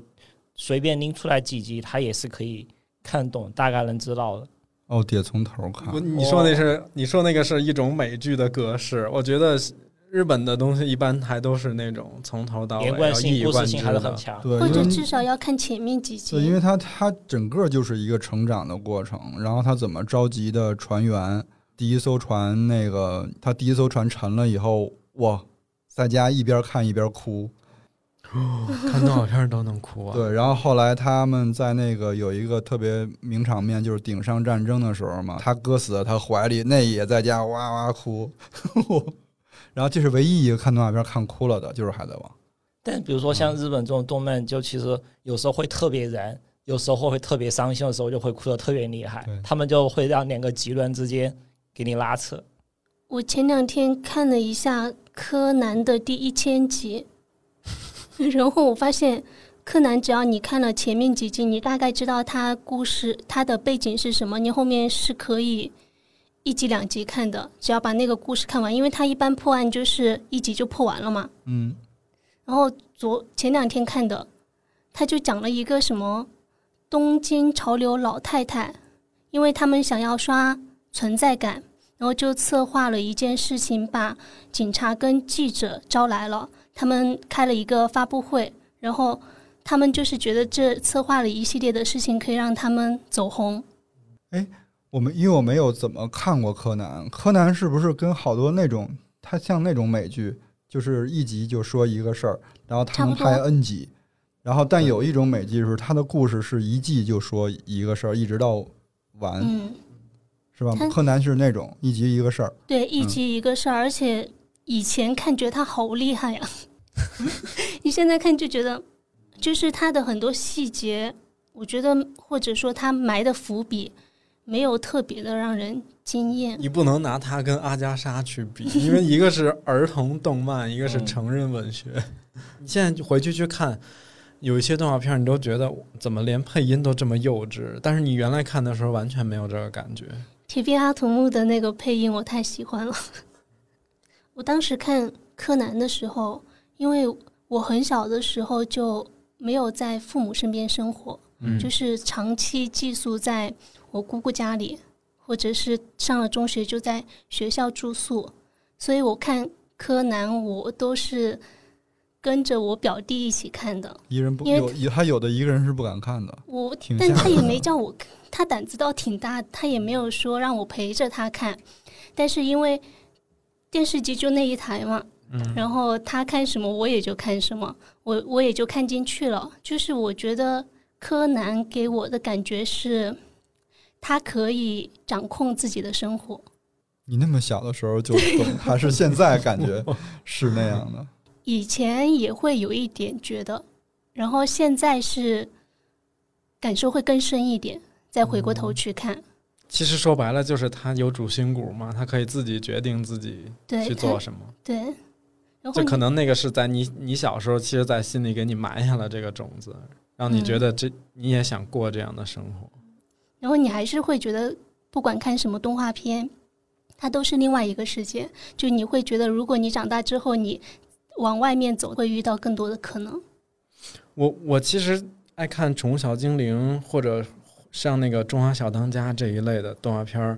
Speaker 1: 随便拎出来几集，它也是可以看懂，大概能知道的。
Speaker 5: 哦，得从头看
Speaker 6: 我。你说
Speaker 1: 哦
Speaker 6: 那是你说那个是一种美剧的格式，我觉得日本的东西一般还都是那种从头到尾
Speaker 1: 连贯
Speaker 6: 哦要一
Speaker 1: 性、
Speaker 6: 以
Speaker 1: 故事
Speaker 6: 贯
Speaker 1: 性
Speaker 6: 之
Speaker 1: 还是
Speaker 6: 的
Speaker 1: 很强。
Speaker 5: 对，
Speaker 3: 或
Speaker 5: 因为
Speaker 3: 者至少要看前面几集。
Speaker 5: 对，因为它它整个就是一个成长的过程，然后它怎么召集的船员，第一艘船那个他第一艘船沉了以后，哇，在家一边看一边哭，
Speaker 6: 看动画片都能哭 啊！
Speaker 5: 对，然后后来他们在那个有一个特别名场面，就是顶上战争的时候嘛，他哥死在他怀里，那也在家哇哇哭， 然后这是唯一一个看动画片看哭了的，就是《海贼王》。
Speaker 1: 但比如说像日本这种动漫，就其实有时候会特别燃，有时候会特别伤心的时候就会哭得特别厉害
Speaker 5: 对，
Speaker 1: 他们就会让两个极端之间给你拉扯。
Speaker 3: 我前两天看了一下《柯南》的第一千集，然后我发现，《柯南》只要你看了前面几集，你大概知道它故事、它的背景是什么，你后面是可以一集两集看的，只要把那个故事看完，因为它一般破案就是一集就破完了嘛。
Speaker 5: 嗯，
Speaker 3: 然后昨前两天看的，他就讲了一个什么东京潮流老太太，因为他们想要刷存在感，然后就策划了一件事情，把警察跟记者招来了，他们开了一个发布会，然后他们就是觉得这策划了一系列的事情可以让他们走红。
Speaker 5: 我们因为我没有怎么看过柯南，柯南是不是跟好多那种，它像那种美剧，就是一集就说一个事儿，然后他能
Speaker 3: 差不多
Speaker 5: 拍 N 集，然后但有一种美剧是它的故事是一季就说一个事儿，一直到完，
Speaker 3: 嗯，
Speaker 5: 是吧
Speaker 3: 它？
Speaker 5: 柯南是那种一集一个事儿，
Speaker 3: 对，一集一个事儿，而且以前看觉得他好厉害呀、啊 你现在看就觉得，就是他的很多细节，我觉得或者说他埋的伏笔，没有特别的让人惊艳。
Speaker 6: 你不能拿它跟阿加莎去比，因为一个是儿童动漫，一个是
Speaker 1: 嗯
Speaker 6: 成人文学。你现在就回去去看，有一些动画片，你都觉得怎么连配音都这么幼稚，但是你原来看的时候完全没有这个感觉。
Speaker 3: 铁臂阿童木的那个配音我太喜欢了。 我当时看柯南的时候，因为我很小的时候就没有在父母身边生活，
Speaker 6: 嗯
Speaker 3: 就是长期寄宿在我姑姑家里，或者是上了中学就在学校住宿，所以我看柯南我都是跟着我表弟一起看的。
Speaker 5: 一人不
Speaker 3: 因为
Speaker 5: 有有他有的一个人是不敢看的，
Speaker 3: 我
Speaker 5: 挺，
Speaker 3: 但
Speaker 5: 吓
Speaker 3: 他也
Speaker 5: 人的
Speaker 3: 没叫我看，他胆子倒挺大，他也没有说让我陪着他看，但是因为电视机就那一台嘛，
Speaker 5: 嗯
Speaker 3: 然后他看什么我也就看什么，我我也就看进去了。就是我觉得柯南给我的感觉是，他可以掌控自己的生活。
Speaker 5: 你那么小的时候就懂，还是现在感觉是那样的？
Speaker 3: 以前也会有一点觉得，然后现在是感受会更深一点，再回过
Speaker 5: 嗯
Speaker 3: 头去看。
Speaker 6: 其实说白了就是他有主心骨嘛，他可以自己决定自己
Speaker 3: 对，
Speaker 6: 去做什么。
Speaker 3: 对，然后
Speaker 6: 就可
Speaker 3: 你
Speaker 6: 能那个是在你你小时候，其实在心里给你埋下了这个种子，让你觉得这你也想过这样的生活。
Speaker 3: 然后你还是会觉得，不管看什么动画片，它都是另外一个世界。就你会觉得，如果你长大之后，你往外面走，会遇到更多的可能。
Speaker 6: 我我其实爱看《宠物小精灵》或者像那个《中华小当家》这一类的动画片儿。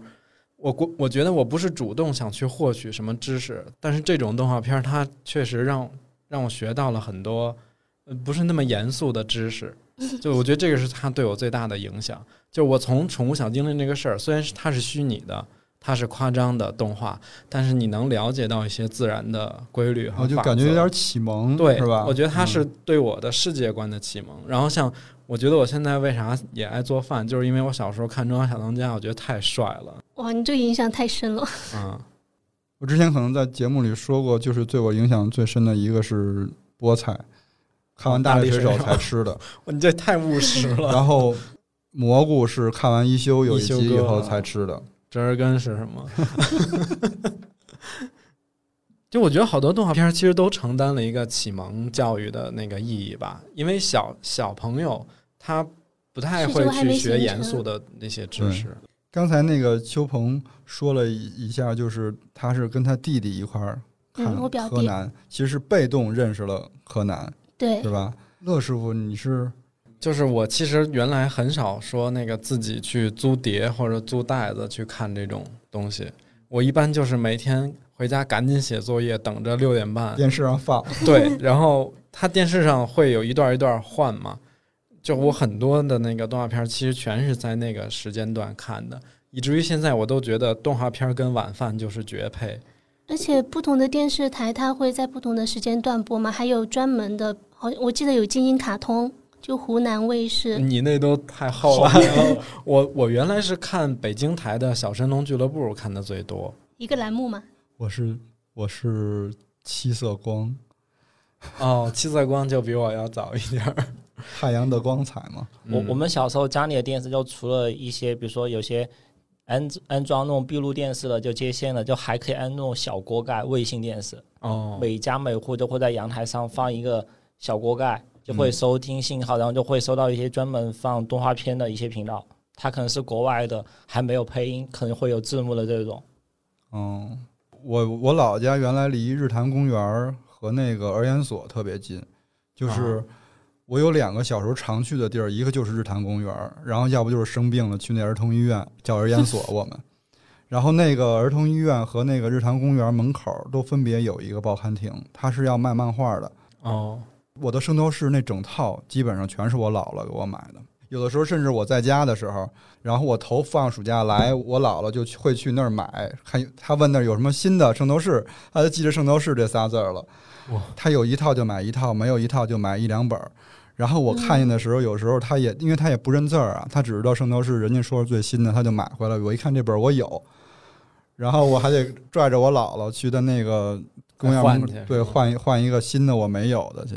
Speaker 6: 我我我觉得我不是主动想去获取什么知识，但是这种动画片儿它确实让让我学到了很多，呃不是那么严肃的知识。就我觉得这个是它对我最大的影响。就我从《宠物小精灵》这个事儿，虽然是它是虚拟的，它是夸张的动画，但是你能了解到一些自然的规律和
Speaker 5: 我就
Speaker 6: 法
Speaker 5: 感觉有
Speaker 6: 则
Speaker 5: 点启蒙，
Speaker 6: 对，
Speaker 5: 是吧？
Speaker 6: 我觉得它
Speaker 5: 嗯
Speaker 6: 是对我的世界观的启蒙。然后像我觉得我现在为啥也爱做饭，就是因为我小时候看《中华小当家》，我觉得太帅了，
Speaker 3: 哇，你这个影响太深了。
Speaker 6: 嗯，
Speaker 5: 我之前可能在节目里说过，就是对我影响最深的一个是菠菜，看完《哦大力水手
Speaker 6: 大力》水手
Speaker 5: 才吃的，
Speaker 6: 你这太务实 了。
Speaker 5: 然后蘑菇是看完一休有一
Speaker 6: 一休
Speaker 5: 集以
Speaker 6: 哥
Speaker 5: 后
Speaker 6: 啊
Speaker 5: 才吃的。
Speaker 6: 折耳根是什么？ 就我觉得好多动画片儿其实都承担了一个启蒙教育的那个意义吧，因为小小朋友他不太
Speaker 3: 是
Speaker 6: 会
Speaker 3: 就还
Speaker 6: 去
Speaker 3: 没
Speaker 6: 学
Speaker 3: 形
Speaker 6: 严
Speaker 3: 成
Speaker 6: 肃的那些知
Speaker 5: 对
Speaker 6: 识，
Speaker 5: 刚才那个邱鹏说了一一下，就是他是跟他弟弟一块儿看
Speaker 3: 嗯我表弟
Speaker 5: 柯南，其实是被动认识了柯南，
Speaker 3: 对
Speaker 5: 对，吧？乐师傅，你是
Speaker 6: 就是我其实原来很少说那个自己去租碟或者租袋子去看这种东西，我一般就是每天回家赶紧写作业，等着六点 半。
Speaker 5: 电视上放，
Speaker 6: 对，然后它电视上会有一段一段换嘛，就我很多的那个动画片儿其实全是在那个时间段看的，以至于现在我都觉得动画片儿跟晚饭就是绝配。
Speaker 3: 而且不同的电视台它会在不同的时间段播嘛，还有专门的，好，我记得有精英卡通，就湖南卫视。
Speaker 6: 你那都太厚了， 我我原来是看北京台的《小神龙俱乐部》看的最多。
Speaker 3: 一个栏目嘛，
Speaker 6: 啊
Speaker 5: 我是我是七色光，
Speaker 6: 哦，七色光就比我要早一点儿。
Speaker 5: 太阳的光彩嘛。
Speaker 1: 我我
Speaker 6: 嗯
Speaker 1: 们小时候家里的电视就除了一些，比如说有些安安装那种闭路电视的，就接线的，就还可以安那种小锅盖卫星电视，
Speaker 6: 哦，
Speaker 1: 每家每户都会在阳台上放一个小锅盖，就
Speaker 6: 嗯
Speaker 1: 会收听信号，然后就会收到一些专门放动画片的一些频道，它可能是国外的，还没有配音，可能会有字幕的这种。
Speaker 5: 嗯，我我老家原来离日坛公园儿和那个儿研所特别近，就是
Speaker 6: 啊
Speaker 5: 我有两个小时候常去的地儿，一个就是日坛公园儿，然后要不就是生病了去那儿童医院叫儿研所我们， 然后那个儿童医院和那个日坛公园门口儿都分别有一个报刊亭，它是要卖漫画的。
Speaker 6: 哦，
Speaker 5: 我的圣斗士那整套基本上全是我姥姥给我买的。有的时候甚至我在家的时候，然后我头放暑假来，我姥姥就去会去那儿买，看她问那儿有什么新的圣斗士，她就记着圣斗士这仨字儿了
Speaker 6: 哇。
Speaker 5: 她有一套就买一套，没有一套就买一两本儿。然后我看见的时候，有时候她也因为她也不认字儿啊，她只知道圣斗士人家说是最新的，她就买回来。我一看这本儿我有，然后我还得拽着我姥姥去的那个公园门
Speaker 6: 哎再换
Speaker 5: 口
Speaker 6: 去
Speaker 5: 对
Speaker 6: 是吧
Speaker 5: 换一换一个新的我没有的去。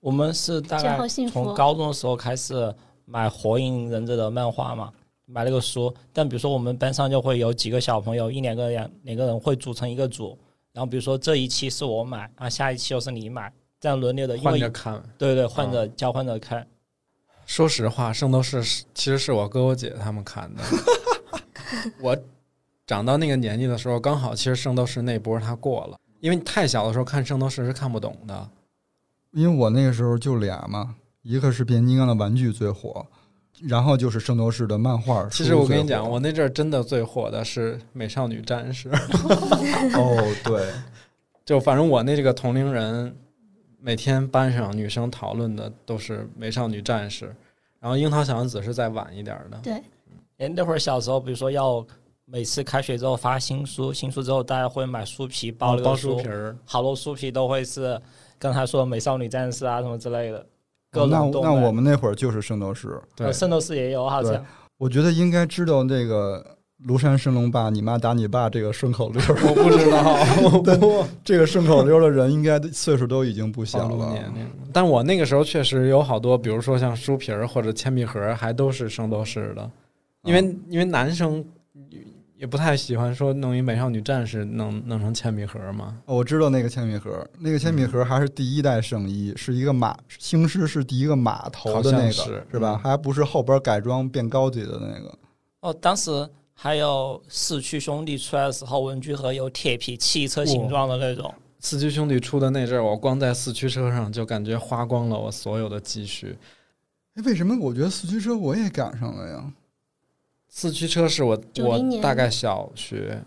Speaker 1: 我们是大
Speaker 3: 这样
Speaker 1: 概
Speaker 3: 好幸福
Speaker 1: 从高中的时候开始买《火影忍者》的漫画嘛，买了个书。但比如说我们班上就会有几个小朋友，一两个人，两个人会组成一个组。然后比如说这一期是我买，然后下一期又是你买，这样轮流的，因
Speaker 6: 换
Speaker 1: 为
Speaker 6: 着啊看。
Speaker 1: 对对换着交换着看。
Speaker 6: 说实话，《圣斗士》是其实是我哥我姐他们看 的。我长到那个年纪的时候，刚好其实《圣斗士》那波他过了，因为你太小的时候看《圣斗士》是看不懂的。
Speaker 5: 因为我那个时候就俩嘛，一个是变形金刚的玩具最火，然后就是圣斗士的漫画。
Speaker 6: 其实我跟你
Speaker 5: 书最
Speaker 6: 讲，
Speaker 5: 火
Speaker 6: 我那阵儿真的最火的是《美少女战士》。
Speaker 5: 哦对，
Speaker 6: 就反正我那这个同龄人，每天班上女生讨论的都是《美少女战士》，然后《樱桃小丸子》是再晚一点儿的。
Speaker 3: 对，
Speaker 1: 哎，那会儿小时候，比如说要每次开学之后发新书，新书之后大家会买书皮包那
Speaker 6: 哦包
Speaker 1: 个
Speaker 6: 书皮儿，
Speaker 1: 好多书皮都会是刚才说的美少女战士啊什么之类的。各
Speaker 6: 哦
Speaker 5: 那
Speaker 1: 种动
Speaker 5: 那
Speaker 1: 漫
Speaker 5: 我们那会儿就是圣斗士，
Speaker 6: 对
Speaker 1: 呃，圣斗士也有好
Speaker 5: 对
Speaker 1: 像。
Speaker 5: 我觉得应该知道这个庐山升龙霸，你妈打你爸这个顺口溜儿，
Speaker 6: 我不知道，我不
Speaker 5: 这个顺口溜儿的人应该岁数都已经不小
Speaker 6: 暴露
Speaker 5: 了。
Speaker 6: 年龄。但我那个时候确实有好多，比如说像书皮儿或者铅笔盒儿，还都是圣斗士的，因为、因为男生也不太喜欢说弄一美少女战士弄弄成铅笔盒儿嘛。
Speaker 5: 哦我知道那个铅笔盒，那个铅笔盒还是第一代圣衣，是一个马，兴师是第一个马头的那
Speaker 6: 好像
Speaker 5: 个，
Speaker 6: 是
Speaker 5: 吧
Speaker 6: 嗯？
Speaker 5: 还不是后边改装变高级的那个。
Speaker 1: 哦，当时还有四驱兄弟出来的时候，文具盒有铁皮汽车形状的那种。
Speaker 6: 四驱兄弟出的那阵儿，我光在四驱车上就感觉花光了我所有的积蓄。
Speaker 5: 哎，为什么我觉得四驱车我也赶上了呀？
Speaker 6: 四驱车是我
Speaker 3: 90
Speaker 6: 我
Speaker 3: 年
Speaker 6: 大概小学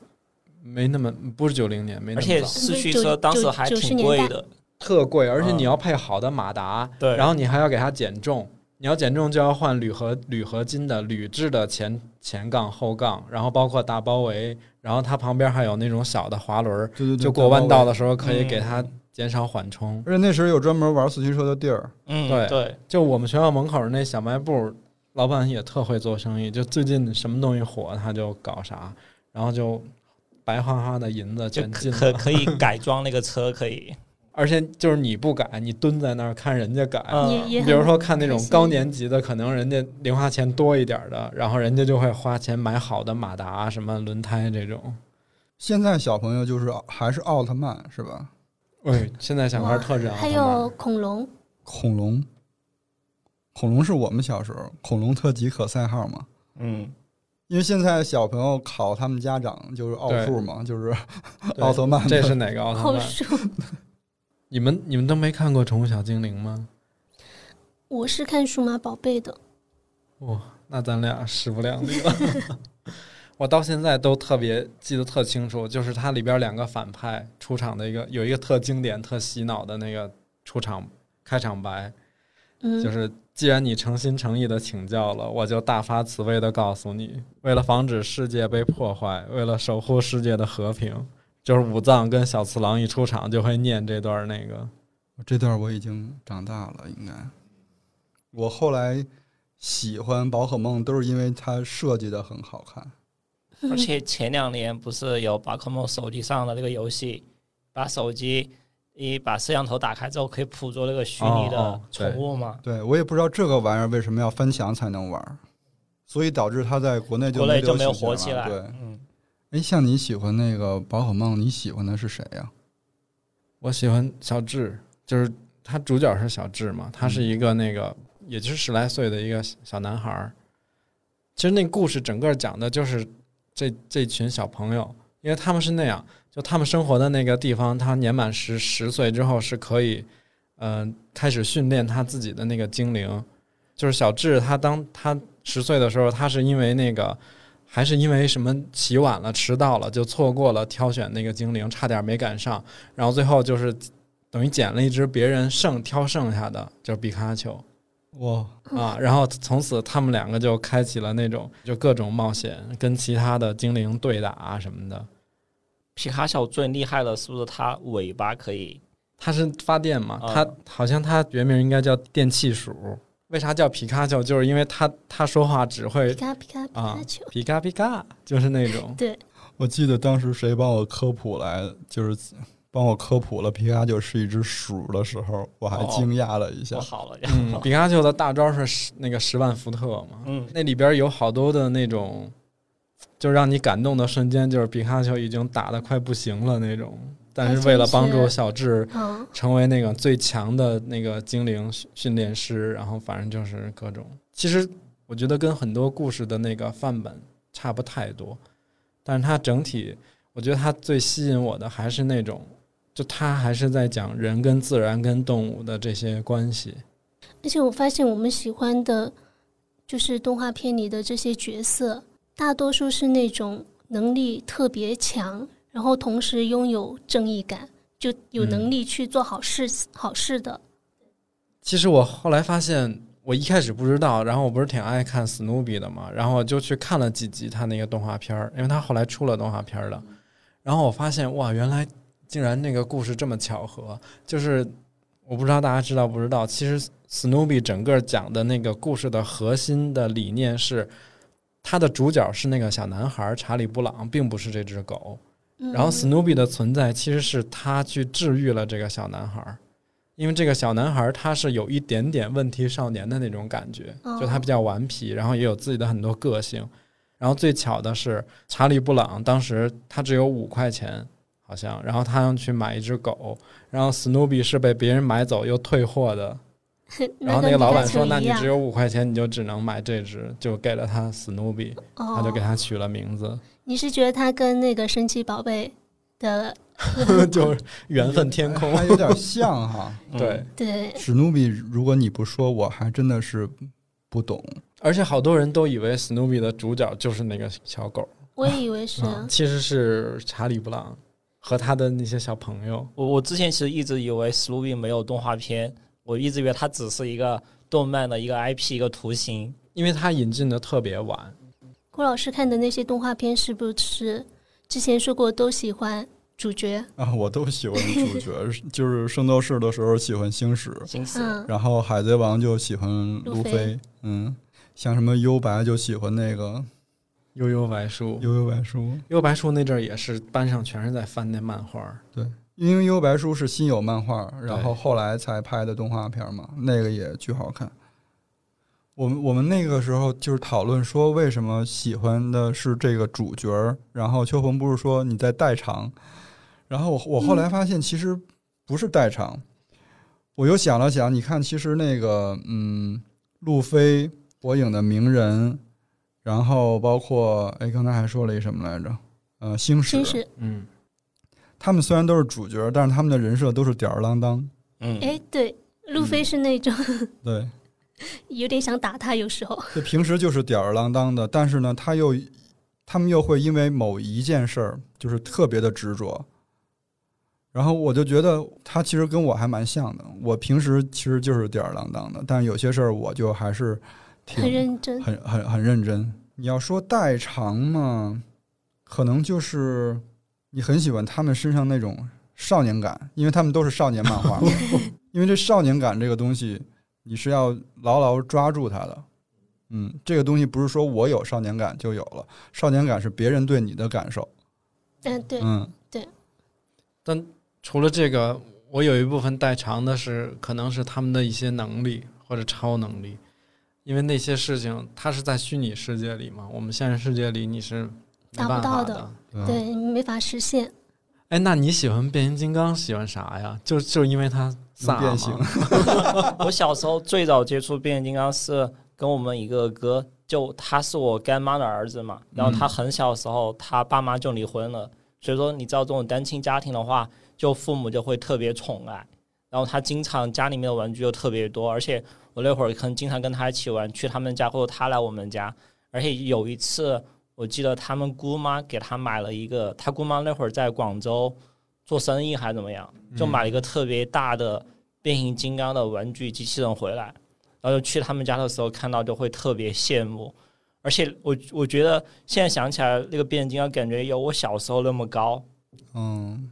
Speaker 6: 没那么不是九零年没那
Speaker 1: 而
Speaker 6: 么
Speaker 1: 且
Speaker 6: 早，
Speaker 1: 四驱车当时还挺贵的，
Speaker 6: 特贵，而且
Speaker 1: 嗯
Speaker 6: 你要配好的马达，
Speaker 1: 对
Speaker 6: 然后你还要给它减重，你要减重就要换铝合铝合金的铝制的前前杠后杠，然后包括大包围，然后它旁边还有那种小的滑轮儿，
Speaker 5: 对对对，
Speaker 6: 就过弯道
Speaker 5: 道
Speaker 6: 的时候可以给它减少缓冲。
Speaker 5: 而且那时候有专门玩四驱车的地儿，
Speaker 1: 嗯，
Speaker 6: 对
Speaker 1: 对，
Speaker 6: 就我们学校门口那小卖部，老板也特会做生意，就最近什么东西火他就搞啥，然后就白花花的银子
Speaker 1: 就
Speaker 6: 全
Speaker 1: 可
Speaker 6: 进
Speaker 1: 可
Speaker 6: 了，
Speaker 1: 可以改装那个车，可 以。
Speaker 6: 而且就是你不改，你蹲在那儿看人家改。
Speaker 1: 嗯
Speaker 3: 也也
Speaker 6: 比如说看那
Speaker 3: 开
Speaker 6: 种
Speaker 3: 心
Speaker 6: 高年级的，可能人家零花钱多一点儿的，然后人家就会花钱买好的马达、什么轮胎这种。
Speaker 5: 现在小朋友就是还是奥特曼是吧？
Speaker 6: 哎，现在小孩
Speaker 3: 哇
Speaker 6: 儿特热
Speaker 3: 还有
Speaker 6: 啊
Speaker 3: 恐龙，
Speaker 5: 恐龙，恐龙是我们小时候恐龙特级可赛号嘛。
Speaker 1: 嗯，
Speaker 5: 因为现在小朋友考他们家长就是奥
Speaker 6: 对
Speaker 5: 数嘛，就是奥特曼的
Speaker 6: 这是哪个奥特
Speaker 3: 奥
Speaker 6: 曼？
Speaker 3: 数，
Speaker 6: 你们你们都没看过《宠物小精灵》吗？
Speaker 3: 我是看数码宝贝的，
Speaker 6: 哇、那咱俩势不两立了。 我到现在都特别记得特清楚，就是它里边两个反派出场的一个有一个特经典、特洗脑的那个出场开场白，
Speaker 3: 嗯，
Speaker 6: 就是既然你诚心诚意的请教了，我就大发慈悲的告诉你，为了防止世界被破坏，为了守护世界的和平，就是武藏跟小次郎一出场就会念这段那个，
Speaker 5: 这段我已经长大了，应该。我后来喜欢宝可梦，都是因为它设计的很好看。
Speaker 1: 而且前两年不是有宝可梦手机上的那个游戏，把手机一把摄像头打开之后，可以捕捉那个虚拟
Speaker 6: 哦
Speaker 1: 的
Speaker 6: 哦对
Speaker 1: 宠物嘛？
Speaker 5: 对我也不知道这个玩意儿为什么要翻墙才能玩儿，所以导致它在国内就
Speaker 1: 国内就
Speaker 5: 流
Speaker 1: 没有
Speaker 5: 行
Speaker 1: 火起来。
Speaker 5: 对，
Speaker 1: 嗯，
Speaker 5: 哎，像你喜欢那个宝可梦，你喜欢的是谁呀、
Speaker 6: 我喜欢小智，就是他主角是小智嘛，他是一个那个也就是十来岁的一个小男孩儿。其实那故事整个讲的就是这这群小朋友，因为他们是那样，就他们生活的那个地方，他年满十十岁之后是可以，嗯、开始训练他自己的那个精灵。就是小智，他当他十岁的时候，他是因为那个还是因为什么起晚了、迟到了，就错过了挑选那个精灵，差点没赶上。然后最后就是等于捡了一只别人剩挑剩下的，就是比卡丘。
Speaker 5: 哇，
Speaker 6: 啊，然后从此他们两个就开启了那种就各种冒险，跟其他的精灵对打啊什么的。
Speaker 1: 皮卡丘最厉害的是不是它尾巴可以？
Speaker 6: 它是发电嘛，
Speaker 1: 啊
Speaker 6: 它好像它原名应该叫电气鼠。为啥叫皮卡丘？就是因为它它说话只
Speaker 3: 皮
Speaker 6: 会
Speaker 3: 卡皮卡皮
Speaker 6: 啊
Speaker 3: 卡丘，。
Speaker 6: 皮卡皮卡，就是那种
Speaker 3: 对，
Speaker 5: 我记得当时谁帮我科普来，就是帮我科普了皮卡丘是一只鼠的时候，我还
Speaker 1: 哦
Speaker 5: 惊讶了一下。
Speaker 1: 不好了，
Speaker 6: 嗯，皮卡丘的大招是十那个十万伏特嘛，
Speaker 1: 嗯，
Speaker 6: 那里边有好多的那种，就让你感动的瞬间，就是皮卡丘已经打得快不行了那种，但是为了帮助小智
Speaker 3: 啊，
Speaker 6: 成为那个最强的那个精灵训训练师，然后反正就是各种。其实我觉得跟很多故事的那个范本差不太多，但是它整体，我觉得它最吸引我的还是那种，就它还是在讲人跟自然跟动物的这些关系。
Speaker 3: 而且我发现我们喜欢的，就是动画片里的这些角色，大多数是那种能力特别强，然后同时拥有正义感，就有能力去做好事、好事的。
Speaker 6: 其实我后来发现，我一开始不知道，然后我不是挺爱看史努比的嘛，然后我就去看了几集他那个动画片儿，因为他后来出了动画片儿的，然后我发现哇，原来竟然那个故事这么巧合，就是我不知道大家知道不知道，其实史努比整个讲的那个故事的核心的理念是。它的主角是那个小男孩查理·布朗，并不是这只狗。
Speaker 3: 嗯
Speaker 6: 然后 Snoopy 的存在其实是他去治愈了这个小男孩儿，因为这个小男孩儿他是有一点点问题少年的那种感觉，
Speaker 3: 哦
Speaker 6: 就他比较顽皮，然后也有自己的很多个性。然后最巧的是，查理布朗当时他只有五块钱，好像，然后他要去买一只狗，然后 Snoopy 是被别人买走又退货的，然后那
Speaker 3: 跟
Speaker 6: 个
Speaker 3: 皮
Speaker 6: 老
Speaker 3: 卡
Speaker 6: 板
Speaker 3: 丘
Speaker 6: 说：“
Speaker 3: 一
Speaker 6: 那你
Speaker 3: 样
Speaker 6: 只有五块钱，你就只能买这只。”就给了他 Snoopy，
Speaker 3: 哦，
Speaker 6: 他就给他取了名字，
Speaker 3: 你是觉得它跟那个神奇宝贝的
Speaker 6: 就是缘分天空。
Speaker 5: 还有点 像哈。
Speaker 6: 对，
Speaker 3: 对
Speaker 5: 史努比，如果你不说，我还真的是不懂。
Speaker 6: 而且好多人都以为 Snoopy 的主角就是那个小狗，
Speaker 3: 我也以为是啊
Speaker 6: 嗯其实是查理布朗和他的那些小朋友。
Speaker 1: 我我之前其实一直以为 s l o o p y 没有动画片，我一直以为它只是一个动漫的一个 IP 一个图形。
Speaker 6: 因为他引进的特别晚，
Speaker 3: 郭老师看的那些动画片是不是之前说过都喜欢主角？
Speaker 5: 啊，我都喜欢主角，就是《圣斗士》的时候喜欢星矢，
Speaker 1: 行死，
Speaker 3: 嗯，
Speaker 5: 然后《海贼王》就喜欢
Speaker 3: 路
Speaker 5: 路
Speaker 3: 飞
Speaker 5: 飞，嗯，像什么幽白就喜欢那个
Speaker 6: 悠悠白书，悠
Speaker 5: 幽幽白书，
Speaker 6: 悠白书那阵儿也是班上全是在翻那漫画儿，
Speaker 5: 因为幽白书是新有漫画，然后后来才拍的动画片嘛，那个也巨好看。我们我们那个时候就是讨论说，为什么喜欢的是这个主角儿，然后秋红不是说你在代偿，然后我我后来发现其实不是代偿，我又想了想，你看，其实那个嗯，路飞、火影的鸣人，然后包括哎，刚才还说了一什么来着？呃，星矢，
Speaker 3: 真是
Speaker 6: 嗯，
Speaker 5: 他们虽然都是主角，但是他们的人设都是吊儿郎当。
Speaker 1: 嗯，
Speaker 3: 哎，对，路飞是那
Speaker 6: 嗯
Speaker 3: 种
Speaker 5: 对，
Speaker 3: 有点想打他，有时候
Speaker 5: 就平时就是吊儿郎当的，但是呢，他又他们又会因为某一件事儿就是特别的执着。然后我就觉得他其实跟我还蛮像的，我平时其实就是吊儿郎当的，但是有些事儿我就还是挺
Speaker 3: 很认真。
Speaker 5: 很很很认真。你要说代偿嘛，可能就是你很喜欢他们身上那种少年感，因为他们都是少年漫画嘛， 因为这少年感这个东西，你是要牢牢抓住它的。嗯，这个东西不是说我有少年感就有了，少年感是别人对你的感受。
Speaker 3: 嗯，对，
Speaker 5: 嗯，
Speaker 6: 但除了这个，我有一部分代偿的是，可能是他们的一些能力或者超能力，因为那些事情它是在虚拟世界里嘛，我们现实世界里你是没
Speaker 3: 达不
Speaker 6: 办法
Speaker 3: 到的
Speaker 6: 的。
Speaker 3: 对，没法实现。
Speaker 6: 哎，那你喜欢变形金刚，喜欢啥呀？就就因为它飒
Speaker 5: 能变
Speaker 6: 吗
Speaker 5: 形
Speaker 1: 我小时候最早接触变形金刚是跟我们一个哥，就他是我干妈的儿子嘛，然后他很小的时候他爸妈就离婚了，所以说你知道这种单亲家庭的话，就父母就会特别宠爱，然后他经常家里面的玩具又特别多，而且我那会儿可能经常跟他一起玩，去他们家或者他来我们家，而且有一次我记得他们姑妈给他买了一个，他姑妈那会儿在广州做生意还是怎么样，就买了一个特别大的变形金刚的玩具机器人回来，然后就去他们家的时候看到就会特别羡慕。而且我我觉得现在想起来，那个变形金刚感觉有我小时候那么高，
Speaker 5: 嗯，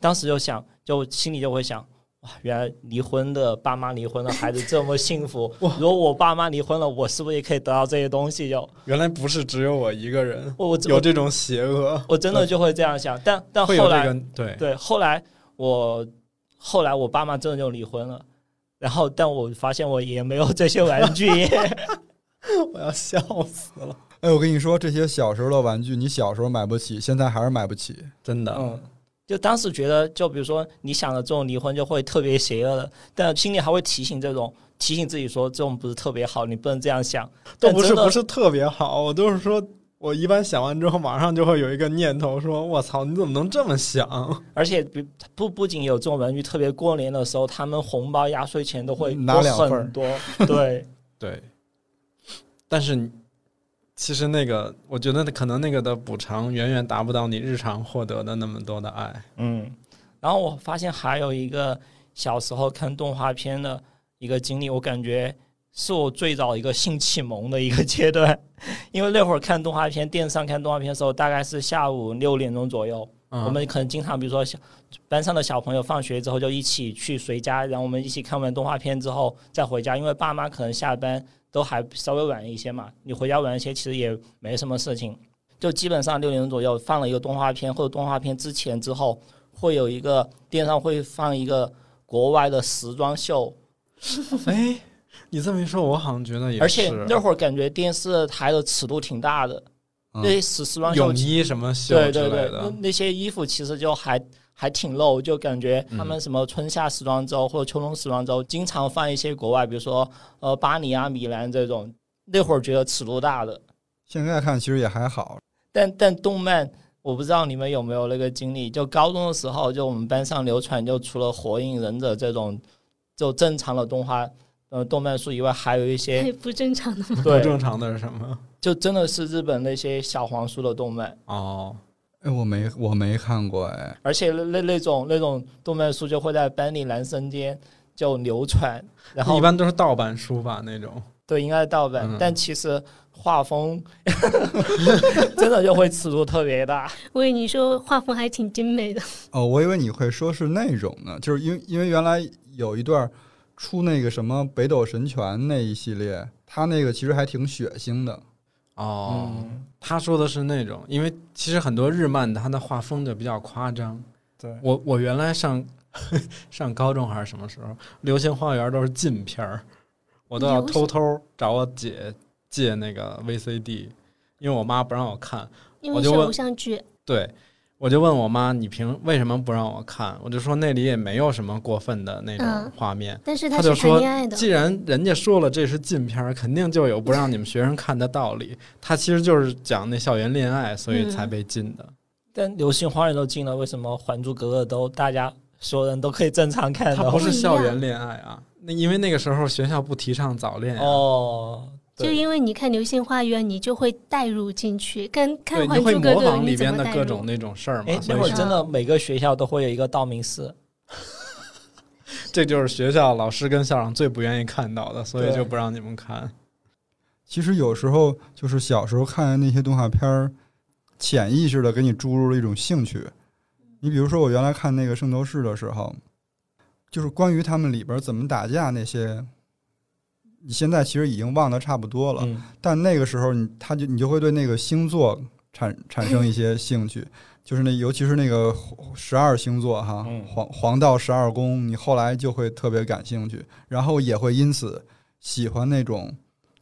Speaker 1: 当时就想，就心里就会想，哇，原来离婚的爸妈离婚的孩子这么幸 福。如果我爸妈离婚了，我是不是也可以得到这些东西就？
Speaker 6: 原来不是只有我一个人
Speaker 1: 我我
Speaker 6: 有这种邪恶，
Speaker 1: 我真的就会这样想，但但
Speaker 6: 会有
Speaker 1: 后
Speaker 6: 这
Speaker 1: 来、
Speaker 6: 个对，
Speaker 1: 对后来我后来我爸妈真的就离婚了，然后但我发现我也没有这些玩具，
Speaker 6: 我要笑死了，
Speaker 5: 哎，我跟你说，这些小时候的玩具，你小时候买不起，现在还是买不起。
Speaker 6: 真的。
Speaker 1: 嗯。就当时觉得，就比如说你想的这种离婚就会特别邪恶的，但心里还会提醒这种提醒自己说，这种不是特别好，你不能这样想。
Speaker 6: 都
Speaker 1: 但
Speaker 6: 不是
Speaker 1: 真的
Speaker 6: 不是特别好，我都是说，我一般想完之后，马上就会有一个念头说：“我操，你怎么能这么想
Speaker 1: 而且比不不仅有这种玩具，特别过年的时候，他们红包压岁钱都会
Speaker 5: 拿
Speaker 1: 多
Speaker 5: 两份儿
Speaker 1: 很多。对，？”
Speaker 6: 对， 但是你其实那个，我觉得可能那个的补偿远远达不到你日常获得的那么多的爱。
Speaker 1: 嗯。然后我发现还有一个小时候看动画片的一个经历，我感觉是我最早一个性启蒙的一个阶段， 因为那会儿看动画片，电视上看动画片的时候，大概是下午六点钟左右，
Speaker 6: 嗯、
Speaker 1: 我们可能经常，比如说小班上的小朋友放学之后就一起去谁家，然后我们一起看完动画片之后再回家，因为爸妈可能下班都还稍微晚一些嘛，你回家晚一些其实也没什么事情。就基本上六点钟左右放了一个动画片，或者动画片之前之后会有一个电视上会放一个国外的时装秀，
Speaker 6: 哎，你这么一说，我好像觉得也是，
Speaker 1: 而且那会儿感觉电视台的尺度挺大的，
Speaker 5: 嗯
Speaker 1: 那些时时装秀
Speaker 6: 泳衣什么秀
Speaker 1: 对
Speaker 6: 之
Speaker 1: 对
Speaker 6: 类
Speaker 1: 对，那
Speaker 6: 的，
Speaker 1: 那些衣服其实就还还挺露，就感觉
Speaker 6: 嗯
Speaker 1: 他们什么春夏时装周或者秋冬时装周，经常放一些国外，比如说呃巴黎啊、米兰这种，那会儿觉得尺度大的。
Speaker 5: 现在看其实也还好，
Speaker 1: 但但动漫，我不知道你们有没有那个经历，就高中的时候，就我们班上流传，就除了《火影忍者》这种就正常的动画。呃，动漫书以外，还有一些
Speaker 6: 嗯
Speaker 3: 太不正常的
Speaker 6: 不
Speaker 3: 嘛。
Speaker 1: 对，
Speaker 6: 正常的是什么？
Speaker 1: 就真的是日本那些小黄书的动漫。
Speaker 6: 哦，
Speaker 5: 哎，我没我没看过哎，
Speaker 1: 而且那那那种那种动漫书就会在班里男生间就流传，然
Speaker 6: 一
Speaker 1: 后
Speaker 6: 般都是盗版书吧那种。
Speaker 1: 对应该是盗版，
Speaker 6: 嗯
Speaker 1: 但其实画风 真的就会尺度特别大。
Speaker 3: 我以为你说画风还挺精美的，
Speaker 5: 哦，我以为你会说是那种呢，就是因为因为原来有一段出那个什么北斗神拳那一系列，它那个其实还挺血腥的，
Speaker 6: 哦，他说的是那种，因为其实很多日漫它的画风就比较夸张。
Speaker 5: 对
Speaker 6: 我我原来上 上高中还是什么时候，《流星花园》都是禁片儿，我都要
Speaker 3: 流星
Speaker 6: 偷偷找我姐借那个 VCD，因为我妈不让我看。
Speaker 3: 因
Speaker 6: 我
Speaker 3: 为
Speaker 6: 就是问
Speaker 3: 偶像剧，
Speaker 6: 对，我就问我妈，你凭为什么不让我看？我就说那里也没有什么过分的那种
Speaker 3: 嗯
Speaker 6: 画面。
Speaker 3: 但是
Speaker 6: 他
Speaker 3: 他
Speaker 6: 就是说
Speaker 3: 谈恋爱的，
Speaker 6: 既然人家说了这是禁片儿，肯定就有不让你们学生看的道理。他其实就是讲那校园恋爱，所以
Speaker 3: 嗯
Speaker 6: 才被禁的。
Speaker 1: 但《流星花园》都禁了，为什么《还珠格格》都大家所有人都可以正常看
Speaker 6: 他
Speaker 1: 到
Speaker 6: 不？是校园恋爱啊，那因为那个时候学校不提倡早恋、啊。
Speaker 1: 哦，
Speaker 3: 就
Speaker 1: 对，
Speaker 3: 因为你看《流星花园》，你就会带入进去，跟看
Speaker 6: 对，
Speaker 3: 《
Speaker 6: 你
Speaker 3: 还
Speaker 6: 会
Speaker 3: 珠格
Speaker 6: 模
Speaker 3: 格》
Speaker 6: 仿
Speaker 3: 你
Speaker 6: 里
Speaker 3: 怎
Speaker 6: 边
Speaker 3: 么
Speaker 6: 的
Speaker 3: 带
Speaker 6: 各
Speaker 3: 入
Speaker 6: 种？那种事儿嘛
Speaker 1: 哎，，
Speaker 6: 所
Speaker 1: 那
Speaker 6: 以
Speaker 1: 会儿
Speaker 3: 是
Speaker 1: 真的每个学校都会有一个道明寺，
Speaker 6: 这就是学校老师跟校长最不愿意看到的，所以
Speaker 1: 对
Speaker 6: 就不让你们看。
Speaker 5: 其实有时候就是小时候看的那些动画片儿，潜意识的给你注入了一种兴趣。你比如说，我原来看那个《圣斗士》的时候，就是关于他们里边儿怎么打架那些，你现在其实已经忘得差不多了。
Speaker 1: 嗯，
Speaker 5: 但那个时候你他就你就会对那个星座产产生一些兴趣，就是那尤其是那个十二星座哈
Speaker 1: 嗯，
Speaker 5: 黄黄道十二宫，你后来就会特别感兴趣，然后也会因此喜欢那种